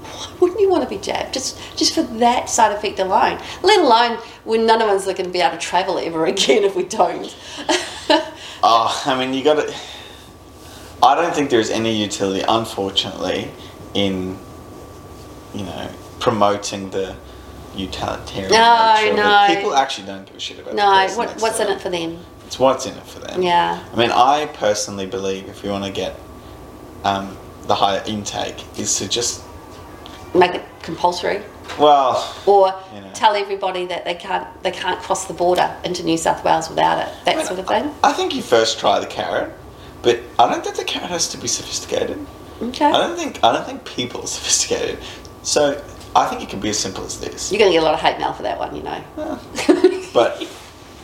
[SPEAKER 2] why wouldn't you want to be jabbed just just for that side effect alone let alone when none of us are going to be able to travel ever again if we don't
[SPEAKER 1] Oh, I mean, you got to. I don't think there's any utility, unfortunately, in you know promoting the utilitarian.
[SPEAKER 2] No,
[SPEAKER 1] nature of it.
[SPEAKER 2] no.
[SPEAKER 1] People actually don't give a shit about.
[SPEAKER 2] no
[SPEAKER 1] the person
[SPEAKER 2] what,
[SPEAKER 1] next
[SPEAKER 2] what's
[SPEAKER 1] to
[SPEAKER 2] in
[SPEAKER 1] them.
[SPEAKER 2] it for them
[SPEAKER 1] It's what's in it for them.
[SPEAKER 2] Yeah.
[SPEAKER 1] I mean, I personally believe if you want to get um, the higher intake, is to just
[SPEAKER 2] make it compulsory
[SPEAKER 1] well,
[SPEAKER 2] or
[SPEAKER 1] You know.
[SPEAKER 2] tell everybody that they can't they can't cross the border into New South Wales without it that
[SPEAKER 1] I mean,
[SPEAKER 2] sort of thing
[SPEAKER 1] I, I think you first try the carrot, but I don't think the carrot has to be sophisticated.
[SPEAKER 2] okay
[SPEAKER 1] I don't think I don't think people are sophisticated. So I think it can be as simple as this.
[SPEAKER 2] you're going to get a lot of hate mail for that one you know
[SPEAKER 1] But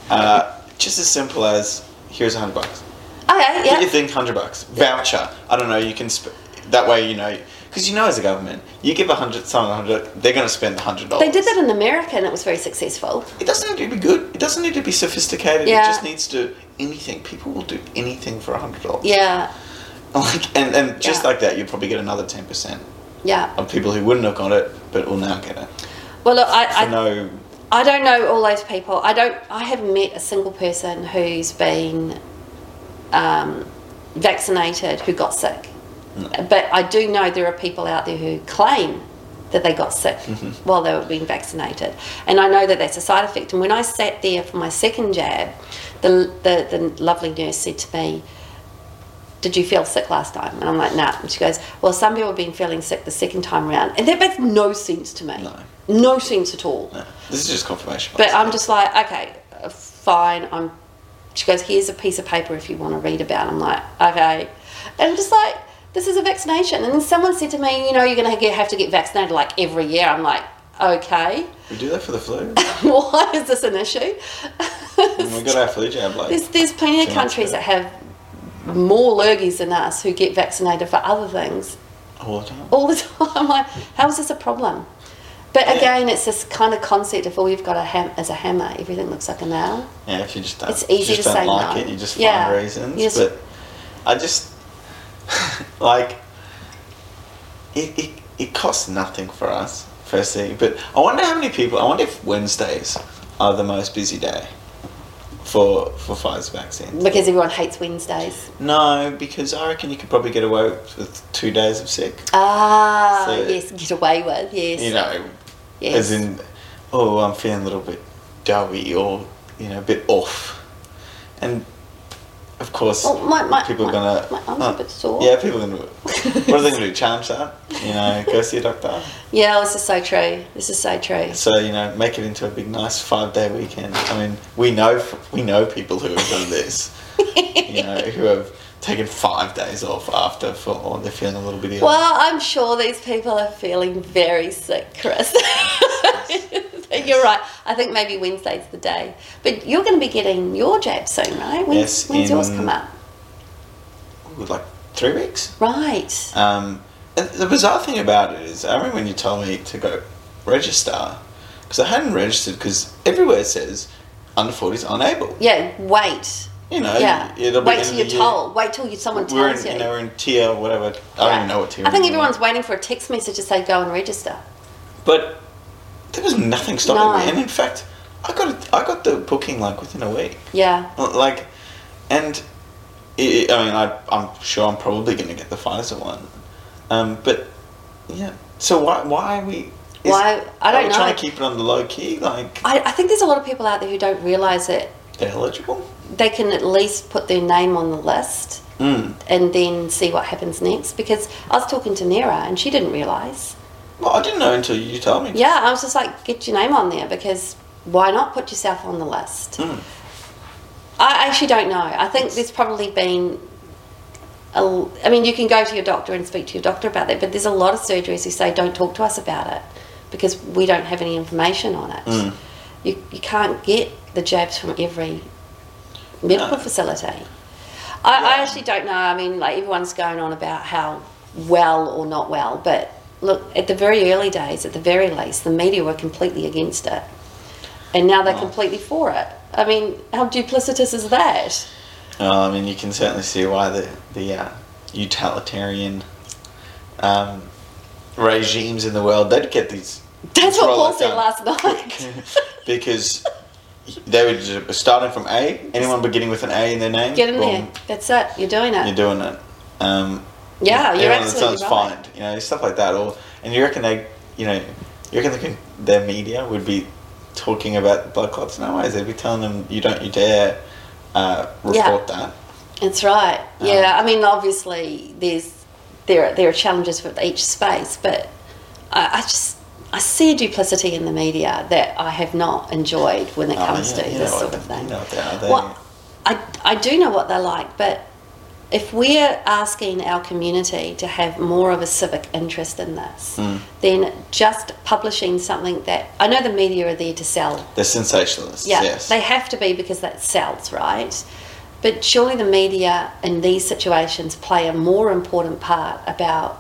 [SPEAKER 1] uh, just as simple as here's a hundred bucks.
[SPEAKER 2] okay
[SPEAKER 1] What do you
[SPEAKER 2] Oh, yeah
[SPEAKER 1] think? Hundred bucks voucher. I don't know. You can sp- that way you know because you know as a government you give a hundred someone a hundred they're going to spend the hundred dollars.
[SPEAKER 2] they did that in America and it was very successful
[SPEAKER 1] It doesn't need to be good. It doesn't need to be sophisticated.
[SPEAKER 2] Yeah.
[SPEAKER 1] It just needs to anything. People will do anything for a hundred dollars.
[SPEAKER 2] yeah
[SPEAKER 1] Like and and just
[SPEAKER 2] Yeah.
[SPEAKER 1] like that you'll probably get another ten percent
[SPEAKER 2] yeah
[SPEAKER 1] of people who wouldn't have got it but will now get it
[SPEAKER 2] well look, I,
[SPEAKER 1] for
[SPEAKER 2] I
[SPEAKER 1] no
[SPEAKER 2] I don't know all those people. I don't. I haven't met a single person who's been um, vaccinated who got sick.
[SPEAKER 1] Hmm.
[SPEAKER 2] But I do know there are people out there who claim that they got sick
[SPEAKER 1] Hmm.
[SPEAKER 2] while they were being vaccinated, and I know that that's a side effect. And when I sat there for my second jab, the the, the lovely nurse said to me. Did you feel sick last time? And I'm like, nah. And she goes, well, some people have been feeling sick the second time round, and that makes no sense to me.
[SPEAKER 1] No.
[SPEAKER 2] No sense at all.
[SPEAKER 1] No, this is just confirmation.
[SPEAKER 2] But
[SPEAKER 1] bias.
[SPEAKER 2] I'm just like, okay, uh, fine. I'm. She goes, here's a piece of paper if you want to read about. it." I'm like, okay, and I'm just like, this is a vaccination. And then someone said to me, you know, you're gonna get, have to get vaccinated like every year. I'm like, Okay.
[SPEAKER 1] We do that for the flu.
[SPEAKER 2] Why is this an issue?
[SPEAKER 1] And we got our flu jab like
[SPEAKER 2] There's, there's plenty of
[SPEAKER 1] Too much
[SPEAKER 2] countries
[SPEAKER 1] better.
[SPEAKER 2] that have more lurgies than us who get vaccinated for other things
[SPEAKER 1] all the time.
[SPEAKER 2] all the time. Like, how is this a problem? But
[SPEAKER 1] Yeah.
[SPEAKER 2] again, it's this kind of concept of all you've got a ham- is a hammer, everything looks like a nail.
[SPEAKER 1] Yeah, if you just don't,
[SPEAKER 2] It's easy
[SPEAKER 1] just
[SPEAKER 2] to
[SPEAKER 1] don't
[SPEAKER 2] say
[SPEAKER 1] like
[SPEAKER 2] no.
[SPEAKER 1] it, you just
[SPEAKER 2] Yeah.
[SPEAKER 1] find reasons.
[SPEAKER 2] You just-
[SPEAKER 1] But I just like it, it. It costs nothing for us, firstly. But I wonder how many people. I wonder if Wednesdays are the most busy day for for Pfizer vaccines.
[SPEAKER 2] Because everyone hates Wednesdays.
[SPEAKER 1] No, because I reckon you could probably get away with, with two days of sick.
[SPEAKER 2] Ah,
[SPEAKER 1] So-
[SPEAKER 2] yes, get away with, yes.
[SPEAKER 1] You know,
[SPEAKER 2] yes.
[SPEAKER 1] as in, oh, I'm feeling a little bit doughy or you know a bit off, and of course
[SPEAKER 2] Well, my- my-
[SPEAKER 1] people
[SPEAKER 2] my-
[SPEAKER 1] are gonna uh,
[SPEAKER 2] my arm's a bit sore.
[SPEAKER 1] Yeah, people are gonna. what are they gonna do? Challenge that? You know, go see a doctor.
[SPEAKER 2] yeah, this is so true. This is so true.
[SPEAKER 1] So you know, make it into a big nice five day weekend. I mean, we know we know people who have done this. you know, who have taken five days off after for or they're feeling a little bit ill.
[SPEAKER 2] Well, I'm sure these people are feeling very sick, Chris. You're right. I think maybe Wednesday's the day. But you're going to be getting your jab soon, right? When's,
[SPEAKER 1] Yes,
[SPEAKER 2] when's yours
[SPEAKER 1] in-
[SPEAKER 2] come up?
[SPEAKER 1] With like three weeks.
[SPEAKER 2] Right.
[SPEAKER 1] Um, and the bizarre thing about it is, I remember when you told me to go register, because I hadn't registered, because everywhere it says under 40s unable.
[SPEAKER 2] Yeah, wait.
[SPEAKER 1] You know,
[SPEAKER 2] yeah.
[SPEAKER 1] it'll be
[SPEAKER 2] wait
[SPEAKER 1] end
[SPEAKER 2] till
[SPEAKER 1] of
[SPEAKER 2] you're
[SPEAKER 1] the year.
[SPEAKER 2] told. Wait till you, someone
[SPEAKER 1] We're
[SPEAKER 2] tells
[SPEAKER 1] in,
[SPEAKER 2] you.
[SPEAKER 1] you know, we're in tier whatever. I don't
[SPEAKER 2] Yeah.
[SPEAKER 1] even know what tier.
[SPEAKER 2] I think
[SPEAKER 1] we're in.
[SPEAKER 2] everyone's waiting for a text message to say go and register.
[SPEAKER 1] But there was nothing stopping me,
[SPEAKER 2] No.
[SPEAKER 1] and in fact, I got a, I got the booking like within a week.
[SPEAKER 2] Yeah.
[SPEAKER 1] Like, and i I mean, I, I'm sure I'm probably going to get the Pfizer one, um, but yeah. So why why are we?
[SPEAKER 2] Why- I
[SPEAKER 1] are
[SPEAKER 2] don't
[SPEAKER 1] we Trying
[SPEAKER 2] know.
[SPEAKER 1] to keep it on the low key, like
[SPEAKER 2] I, I think there's a lot of people out there who don't realise that
[SPEAKER 1] they're eligible.
[SPEAKER 2] they can at least put their name on the list
[SPEAKER 1] Mm.
[SPEAKER 2] and then see what happens next. Because I was talking to Nera and she didn't realise.
[SPEAKER 1] Well, I didn't know until you told me.
[SPEAKER 2] Yeah, I was just like, get your name on there because why not put yourself on the list?
[SPEAKER 1] Mm.
[SPEAKER 2] I actually don't know. I think there's probably been. A, l- I mean, you can go to your doctor and speak to your doctor about that, but there's a lot of surgeries who say don't talk to us about it because we don't have any information on it.
[SPEAKER 1] Mm.
[SPEAKER 2] You, you can't get the jabs from every medical
[SPEAKER 1] No.
[SPEAKER 2] facility. I, I
[SPEAKER 1] Yeah.
[SPEAKER 2] actually don't know. I mean, like everyone's going on about how well or not well, but look, at the very early days, at the very least, the media were completely against it, and now they're
[SPEAKER 1] Oh.
[SPEAKER 2] completely for it. I mean, how duplicitous is that?
[SPEAKER 1] Uh, I mean, you can certainly see why the the uh, utilitarian um, regimes in the world they'd get these.
[SPEAKER 2] That's
[SPEAKER 1] these
[SPEAKER 2] what Paul
[SPEAKER 1] rollouts
[SPEAKER 2] said
[SPEAKER 1] done.
[SPEAKER 2] last night.
[SPEAKER 1] because they were just starting from A. Anyone beginning with an A in their name,
[SPEAKER 2] Get in there.
[SPEAKER 1] boom,
[SPEAKER 2] That's it. You're doing it.
[SPEAKER 1] You're doing it. Um,
[SPEAKER 2] Yeah, you're
[SPEAKER 1] everyone that
[SPEAKER 2] absolutely
[SPEAKER 1] sounds
[SPEAKER 2] right.
[SPEAKER 1] fined, you know, stuff like that. Or and you reckon they, you know, you reckon they can, their media would be talking about blood clots no ways. They'd be telling them you don't you dare uh,
[SPEAKER 2] Yeah.
[SPEAKER 1] report that.
[SPEAKER 2] That's right.
[SPEAKER 1] Um,
[SPEAKER 2] Yeah, I mean, obviously, there's there are, there are challenges with each space, but I, I just I see duplicity in the media that I have not enjoyed when it
[SPEAKER 1] Oh,
[SPEAKER 2] comes
[SPEAKER 1] yeah,
[SPEAKER 2] to
[SPEAKER 1] you
[SPEAKER 2] this
[SPEAKER 1] know what
[SPEAKER 2] sort of
[SPEAKER 1] they-
[SPEAKER 2] thing.
[SPEAKER 1] You know what they are. They,
[SPEAKER 2] Well, I, I do know what they're like, but if we're asking our community to have more of a civic interest in this,
[SPEAKER 1] Hmm.
[SPEAKER 2] then just publishing something that I know the media are there to sell
[SPEAKER 1] They're sensationalists.
[SPEAKER 2] yeah,
[SPEAKER 1] yes.
[SPEAKER 2] they have to be because that sells, right? But surely the media in these situations play a more important part about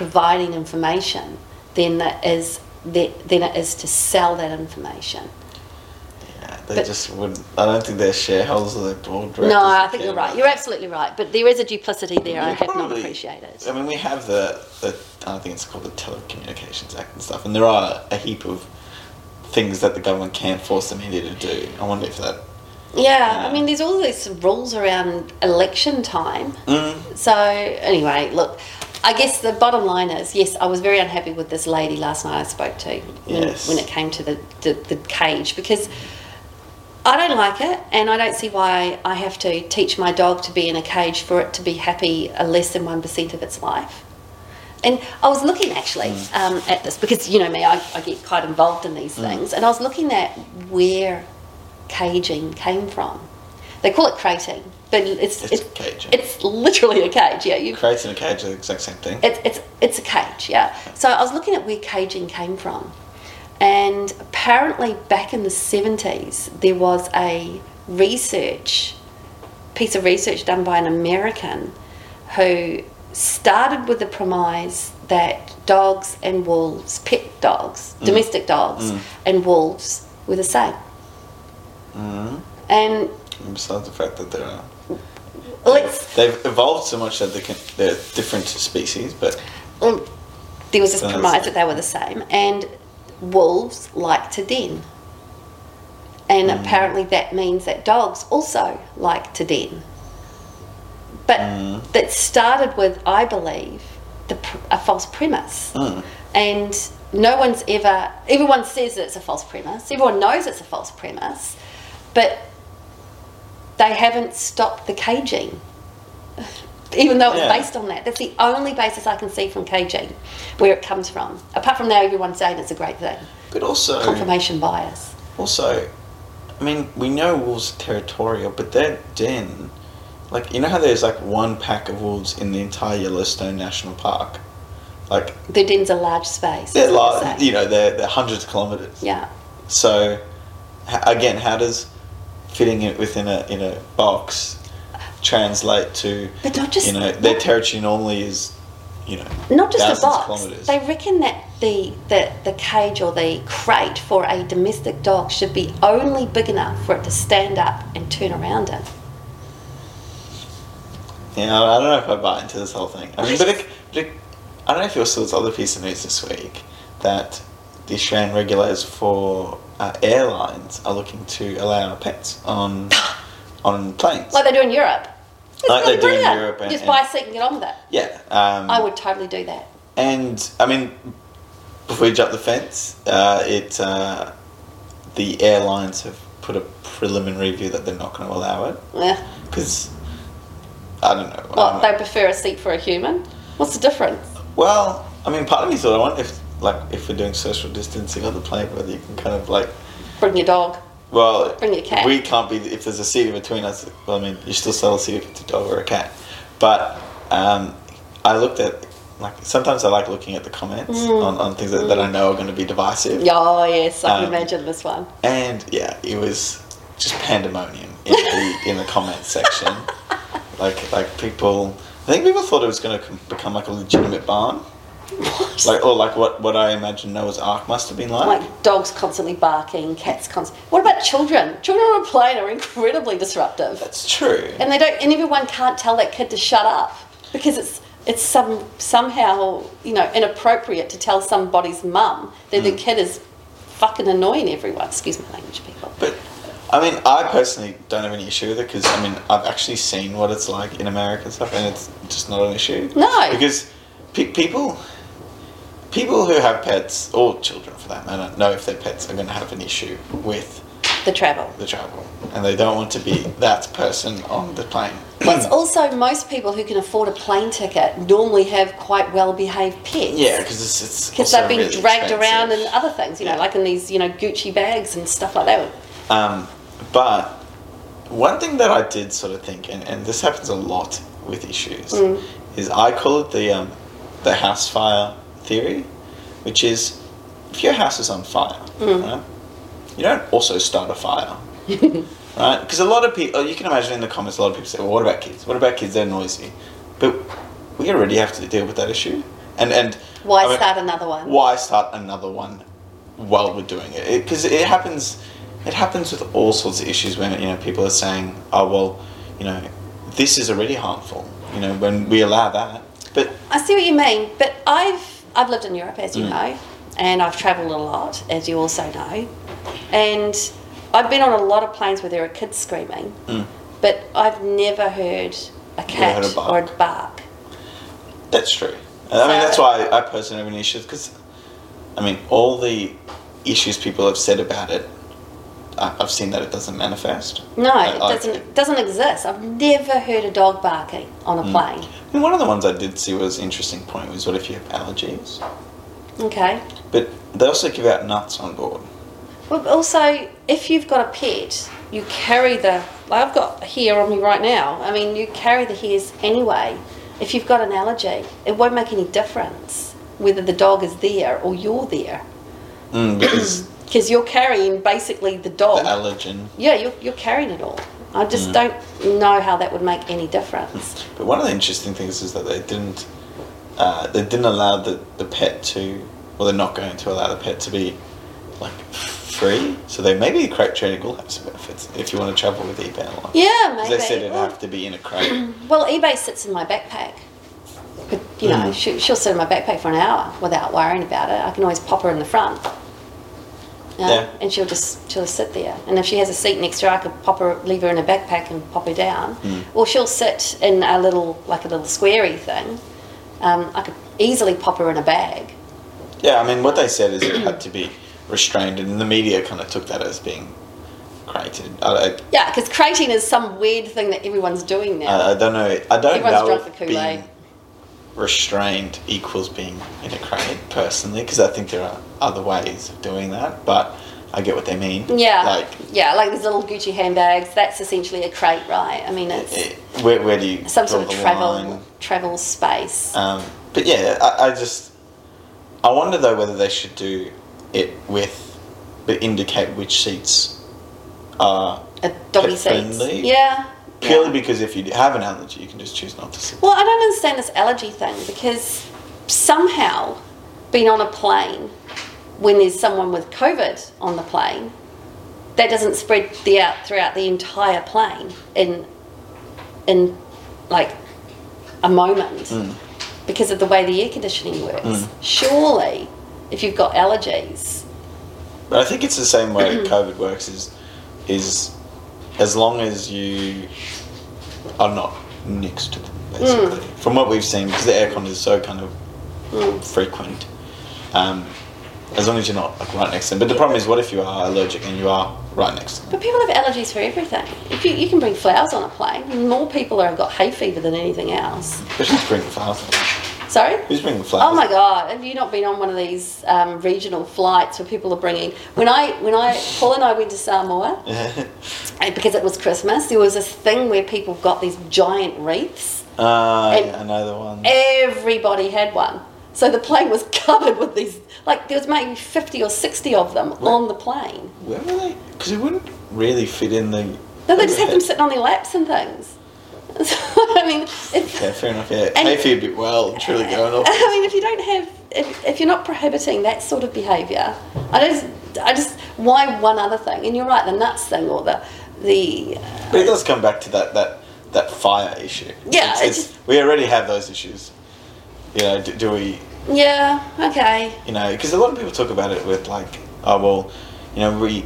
[SPEAKER 2] providing information than that is than than it is to sell that information.
[SPEAKER 1] Yeah, they
[SPEAKER 2] but-
[SPEAKER 1] just wouldn't. I don't think they're shareholders or their board directors.
[SPEAKER 2] No,
[SPEAKER 1] would
[SPEAKER 2] I think
[SPEAKER 1] care
[SPEAKER 2] you're
[SPEAKER 1] about
[SPEAKER 2] right. You're absolutely right. But there is a duplicity there. I
[SPEAKER 1] Yeah,
[SPEAKER 2] have not
[SPEAKER 1] probably.
[SPEAKER 2] appreciated.
[SPEAKER 1] I mean, we have the, the I think it's called the Telecommunications Act and stuff, and there are a heap of things that the government can force the media to do. I wonder if that.
[SPEAKER 2] Yeah,
[SPEAKER 1] Yeah.
[SPEAKER 2] I mean, there's all these rules around election time.
[SPEAKER 1] Mm,
[SPEAKER 2] So anyway, look, I guess the bottom line is yes, I was very unhappy with this lady last night I spoke to when,
[SPEAKER 1] Yes.
[SPEAKER 2] when it came to the, the, the cage because I don't like it and I don't see why I have to teach my dog to be in a cage for it to be happy a less than 1% of its life. And I was looking actually
[SPEAKER 1] Mm.
[SPEAKER 2] um, at this because you know me, I, I get quite involved in these things, and I was looking at where caging came from. They call it crating, but it's
[SPEAKER 1] It's caging.
[SPEAKER 2] It's literally a cage. Yeah, you.
[SPEAKER 1] crates in a cage are the exact same thing.
[SPEAKER 2] It's it's it's a cage. Yeah. So I was looking at where caging came from, And apparently, back in the 70s, there was a research piece of research done by an American who started with the premise that dogs and wolves, pet dogs, domestic dogs, and wolves were the same. And
[SPEAKER 1] Mm. And besides the fact that there are.
[SPEAKER 2] let's
[SPEAKER 1] They've evolved so much that they can, they're different species, but
[SPEAKER 2] Well, there was this
[SPEAKER 1] That's-
[SPEAKER 2] premise that they were the same, and wolves like to den. And apparently, that means that dogs also like to den. But that started with, I believe, the, pr- a false premise. And no one's ever, everyone says that it's a false premise, everyone knows it's a false premise, but they haven't stopped the caging even though it's
[SPEAKER 1] Yeah.
[SPEAKER 2] based on that. That's the only basis I can see from KG, where it comes from. Apart from now, everyone's saying it's a great thing.
[SPEAKER 1] but also
[SPEAKER 2] Confirmation bias.
[SPEAKER 1] also, I mean, we know wolves are territorial, but their den, like you know how there's like one pack of wolves in the entire Yellowstone National Park, like
[SPEAKER 2] Their den's a large space.
[SPEAKER 1] they're
[SPEAKER 2] is what they
[SPEAKER 1] large,
[SPEAKER 2] say.
[SPEAKER 1] you know, they're they're hundreds of kilometers.
[SPEAKER 2] Yeah.
[SPEAKER 1] So, h- again, how does fitting it within a in a box translate to
[SPEAKER 2] But not just-
[SPEAKER 1] you know their
[SPEAKER 2] not-
[SPEAKER 1] territory normally is you know
[SPEAKER 2] Not just a
[SPEAKER 1] thousands of
[SPEAKER 2] box.
[SPEAKER 1] kilometers.
[SPEAKER 2] They reckon that the, the, the cage or the crate for a domestic dog should be only big enough for it to stand up and turn around in.
[SPEAKER 1] Yeah, I I don't know if I buy into this whole thing. I mean, but, it, but it- I don't know if you saw this other piece of news this week that the Australian regulators for uh, airlines are looking to allow pets on on planes.
[SPEAKER 2] Like they do in Europe. It's
[SPEAKER 1] Like they
[SPEAKER 2] bloody
[SPEAKER 1] do in
[SPEAKER 2] brilliant.
[SPEAKER 1] Europe and-
[SPEAKER 2] just buy a seat and get on with it.
[SPEAKER 1] yeah, um,
[SPEAKER 2] I would totally do that.
[SPEAKER 1] and I mean, before you jump the fence, uh, it uh, the airlines have put a preliminary view that they're not going to allow it
[SPEAKER 2] Yeah.
[SPEAKER 1] because I don't know. I
[SPEAKER 2] Well,
[SPEAKER 1] don't
[SPEAKER 2] they
[SPEAKER 1] know.
[SPEAKER 2] prefer a seat for a human. What's the difference?
[SPEAKER 1] Well, I mean, part of me thought I want if like if we're doing social distancing on the plane, whether you can kind of like,
[SPEAKER 2] Bring your dog.
[SPEAKER 1] well,
[SPEAKER 2] Bring your cat.
[SPEAKER 1] We can't be if there's a seat in between us. Well, I mean, you still sell a seat if it's a dog or a cat. But um, I looked at like sometimes I like looking at the comments
[SPEAKER 2] Mm.
[SPEAKER 1] on, on things that, that I know are going to be divisive.
[SPEAKER 2] Oh yes, I can
[SPEAKER 1] Um,
[SPEAKER 2] imagine this one.
[SPEAKER 1] And yeah, it was just pandemonium in the in the comments section. Like like people, I think people thought it was going to become like a legitimate barn. Like or like what what I imagine Noah's Ark must have been like.
[SPEAKER 2] Like dogs constantly barking, cats constantly. What about children? Children on a plane are incredibly disruptive,
[SPEAKER 1] That's true.
[SPEAKER 2] and they don't. And everyone can't tell that kid to shut up because it's it's some somehow you know inappropriate to tell somebody's mum that
[SPEAKER 1] Hmm.
[SPEAKER 2] the kid is fucking annoying everyone. Excuse my language, people.
[SPEAKER 1] But I mean, I personally don't have any issue with it because I mean I've actually seen what it's like in America and stuff, and it's just not an issue.
[SPEAKER 2] No.
[SPEAKER 1] because pe- people. People who have pets, or children for that matter, know if their pets are going to have an issue with
[SPEAKER 2] The travel.
[SPEAKER 1] the travel, and they don't want to be that person on the plane.
[SPEAKER 2] It's also most people who can afford a plane ticket normally have quite well behaved pets.
[SPEAKER 1] yeah, because it's it's
[SPEAKER 2] because
[SPEAKER 1] also
[SPEAKER 2] they've been
[SPEAKER 1] really
[SPEAKER 2] dragged around and
[SPEAKER 1] expensive.
[SPEAKER 2] other things, you know,
[SPEAKER 1] Yeah.
[SPEAKER 2] like in these, you know, Gucci bags and stuff like that.
[SPEAKER 1] Um, but one thing that I did sort of think, and, and this happens a lot with issues,
[SPEAKER 2] Mm.
[SPEAKER 1] is I call it the um, the house fire theory, which is if your house is on fire,
[SPEAKER 2] Mm.
[SPEAKER 1] right, you don't also start a fire. right? Because a lot of people, you can imagine in the comments, a lot of people say, well, what about kids? What about kids? They're noisy. But we already have to deal with that issue. And, and
[SPEAKER 2] Why
[SPEAKER 1] I mean-
[SPEAKER 2] start another one?
[SPEAKER 1] why start another one while we're doing it? Because it, happens, it happens with all sorts of issues when you know people are saying, "Oh well, you know, this is already harmful." You know, when we allow that, but
[SPEAKER 2] I see what you mean, but I've I've lived in Europe,
[SPEAKER 1] Mm.
[SPEAKER 2] as you know, and I've travelled a lot, as you also know, and I've been on a lot of planes where there are kids screaming, but I've never heard a cat
[SPEAKER 1] Mm. heard a bark.
[SPEAKER 2] or a bark.
[SPEAKER 1] that's true. And I mean, that's why I personally have an issue because, I mean, all the issues people have said about it, I- I've seen that it doesn't manifest.
[SPEAKER 2] No,
[SPEAKER 1] I-
[SPEAKER 2] it
[SPEAKER 1] I-
[SPEAKER 2] doesn't it doesn't exist. I've never heard a dog barking on
[SPEAKER 1] Mm.
[SPEAKER 2] a plane.
[SPEAKER 1] I mean, one of the ones I did see was an interesting point was what if you have allergies,
[SPEAKER 2] Okay.
[SPEAKER 1] but they also give out nuts on board.
[SPEAKER 2] Well, but also, if you've got a pet, you carry the. Like I've got hair on me right now. I mean, you carry the hairs anyway. If you've got an allergy, it won't make any difference whether the dog is there or you're there.
[SPEAKER 1] Mm, because
[SPEAKER 2] because you're carrying basically the
[SPEAKER 1] the Mm.
[SPEAKER 2] dog.
[SPEAKER 1] allergen.
[SPEAKER 2] yeah, you're, you're carrying it all. I just don't know how that would make any difference.
[SPEAKER 1] But one of the interesting things is that they didn't uh, they didn't allow the, the pet to or they're not going to allow the pet to be like free. So they maybe the crate trading will have some benefits if you want to travel with eBay a lot.
[SPEAKER 2] Yeah,
[SPEAKER 1] 'Cause
[SPEAKER 2] maybe.
[SPEAKER 1] They said it'd have to be in a crate.
[SPEAKER 2] Well, eBay sits in my backpack. But, you know,
[SPEAKER 1] Mm.
[SPEAKER 2] she, she'll sit in my backpack for an hour without worrying about it. I can always pop her in the front. Uh,
[SPEAKER 1] Yeah.
[SPEAKER 2] And she'll just she'll just sit there. And if she has a seat next to her, I could pop her, leave her in a backpack and pop her down.
[SPEAKER 1] Mm.
[SPEAKER 2] Or she'll sit in a little, like a little squarey thing. Um, I could easily pop her in a bag.
[SPEAKER 1] yeah, I mean what they said is it had to be restrained and the media kind of took that as being crated. I, I,
[SPEAKER 2] Yeah, because crating is some weird thing that everyone's doing now.
[SPEAKER 1] I, I don't know. I don't
[SPEAKER 2] Everyone's
[SPEAKER 1] know
[SPEAKER 2] drunk
[SPEAKER 1] if
[SPEAKER 2] the Kool-Aid.
[SPEAKER 1] being restrained equals being in a crate personally, because I think there are other ways of doing that. But I get what they mean.
[SPEAKER 2] yeah,
[SPEAKER 1] Like,
[SPEAKER 2] yeah, like these little Gucci handbags. That's essentially a crate, right? I mean, it's
[SPEAKER 1] eh, where, where do you
[SPEAKER 2] some sort of
[SPEAKER 1] draw the
[SPEAKER 2] travel
[SPEAKER 1] line?
[SPEAKER 2] travel space.
[SPEAKER 1] Um, but yeah, I, I just I wonder though whether they should do it with, but indicate which seats are
[SPEAKER 2] a doggy
[SPEAKER 1] pet
[SPEAKER 2] seats.
[SPEAKER 1] friendly?
[SPEAKER 2] Yeah.
[SPEAKER 1] purely
[SPEAKER 2] yeah.
[SPEAKER 1] because if you have an allergy, you can just choose not to sit.
[SPEAKER 2] Well, I don't understand this allergy thing because somehow being on a plane when there's someone with COVID on the plane, that doesn't spread the out throughout the entire plane in in like a moment
[SPEAKER 1] Mm.
[SPEAKER 2] because of the way the air conditioning works. Surely, if you've got allergies,
[SPEAKER 1] But I think it's the same way COVID works. Is is as long as you are not next to them, basically.
[SPEAKER 2] Mm.
[SPEAKER 1] From what we've seen, because the aircon is so kind of frequent. Um, as long as you're not like right next to them. But the problem is, what if you are allergic and you are right next to them?
[SPEAKER 2] But people have allergies for everything. If you, you can bring flowers on a plane, more people have got hay fever than anything else.
[SPEAKER 1] But who's bringing flowers?
[SPEAKER 2] Sorry?
[SPEAKER 1] Who's bringing flowers?
[SPEAKER 2] Oh my God! Have you not been on one of these um, regional flights where people are bringing? When I when I Paul and I went to Samoa
[SPEAKER 1] god!
[SPEAKER 2] and because it was Christmas, there was this thing where people got these giant wreaths.
[SPEAKER 1] uh,
[SPEAKER 2] And-
[SPEAKER 1] yeah, another one.
[SPEAKER 2] Everybody had one, so the plane was covered with these. Like there was maybe fifty or sixty of them on the plane.
[SPEAKER 1] Where were they? Because it wouldn't really fit in the.
[SPEAKER 2] No, they just had them sitting on their laps and things. So, I mean, if,
[SPEAKER 1] Yeah, fair enough. Yeah,
[SPEAKER 2] And-
[SPEAKER 1] hay fever a bit well, truly going off.
[SPEAKER 2] I mean, if you don't have, if, if you're not prohibiting that sort of behaviour, I just, I just, why one other thing? And you're right, the nuts thing or the, the,
[SPEAKER 1] But it does come back to that that that fire issue.
[SPEAKER 2] Yeah,
[SPEAKER 1] It's-
[SPEAKER 2] it's
[SPEAKER 1] it's- we already have those issues. You know, do, do we?
[SPEAKER 2] yeah, okay,
[SPEAKER 1] You know, because a lot of people talk about it with like, oh well, you know, we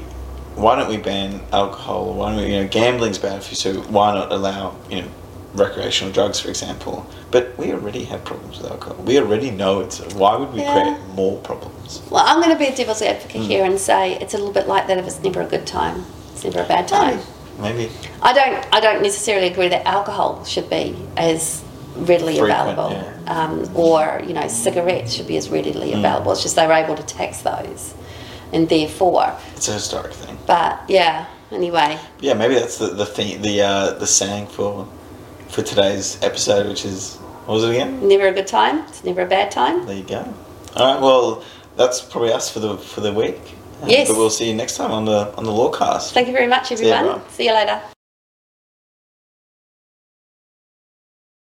[SPEAKER 1] why don't we ban alcohol? Why don't we? You know, gambling's bad for you, so why not allow you know recreational drugs, for example? But we already have problems with alcohol. We already know it's. Why would we
[SPEAKER 2] Yeah.
[SPEAKER 1] create more problems?
[SPEAKER 2] well, I'm going to be a devil's advocate here and say it's a little bit like that. If it's never a good time, it's never a bad time.
[SPEAKER 1] Maybe.
[SPEAKER 2] I don't, I don't necessarily agree that alcohol should be as readily
[SPEAKER 1] Frequent,
[SPEAKER 2] available, um, or you know, cigarettes should be as readily available. It's just they were able to tax those, and therefore,
[SPEAKER 1] It's a historic thing.
[SPEAKER 2] but yeah. Anyway,
[SPEAKER 1] Yeah, maybe that's the the thing, the uh, the saying for for today's episode, which is what was it again?
[SPEAKER 2] Never a good time. It's never a bad time.
[SPEAKER 1] There you go. All right, well, that's probably us for the for the week. Uh,
[SPEAKER 2] Yes.
[SPEAKER 1] But we'll see you next time on the on the Lawcast.
[SPEAKER 2] Thank you very much,
[SPEAKER 1] you,
[SPEAKER 2] everyone.
[SPEAKER 1] everyone.
[SPEAKER 2] See you later.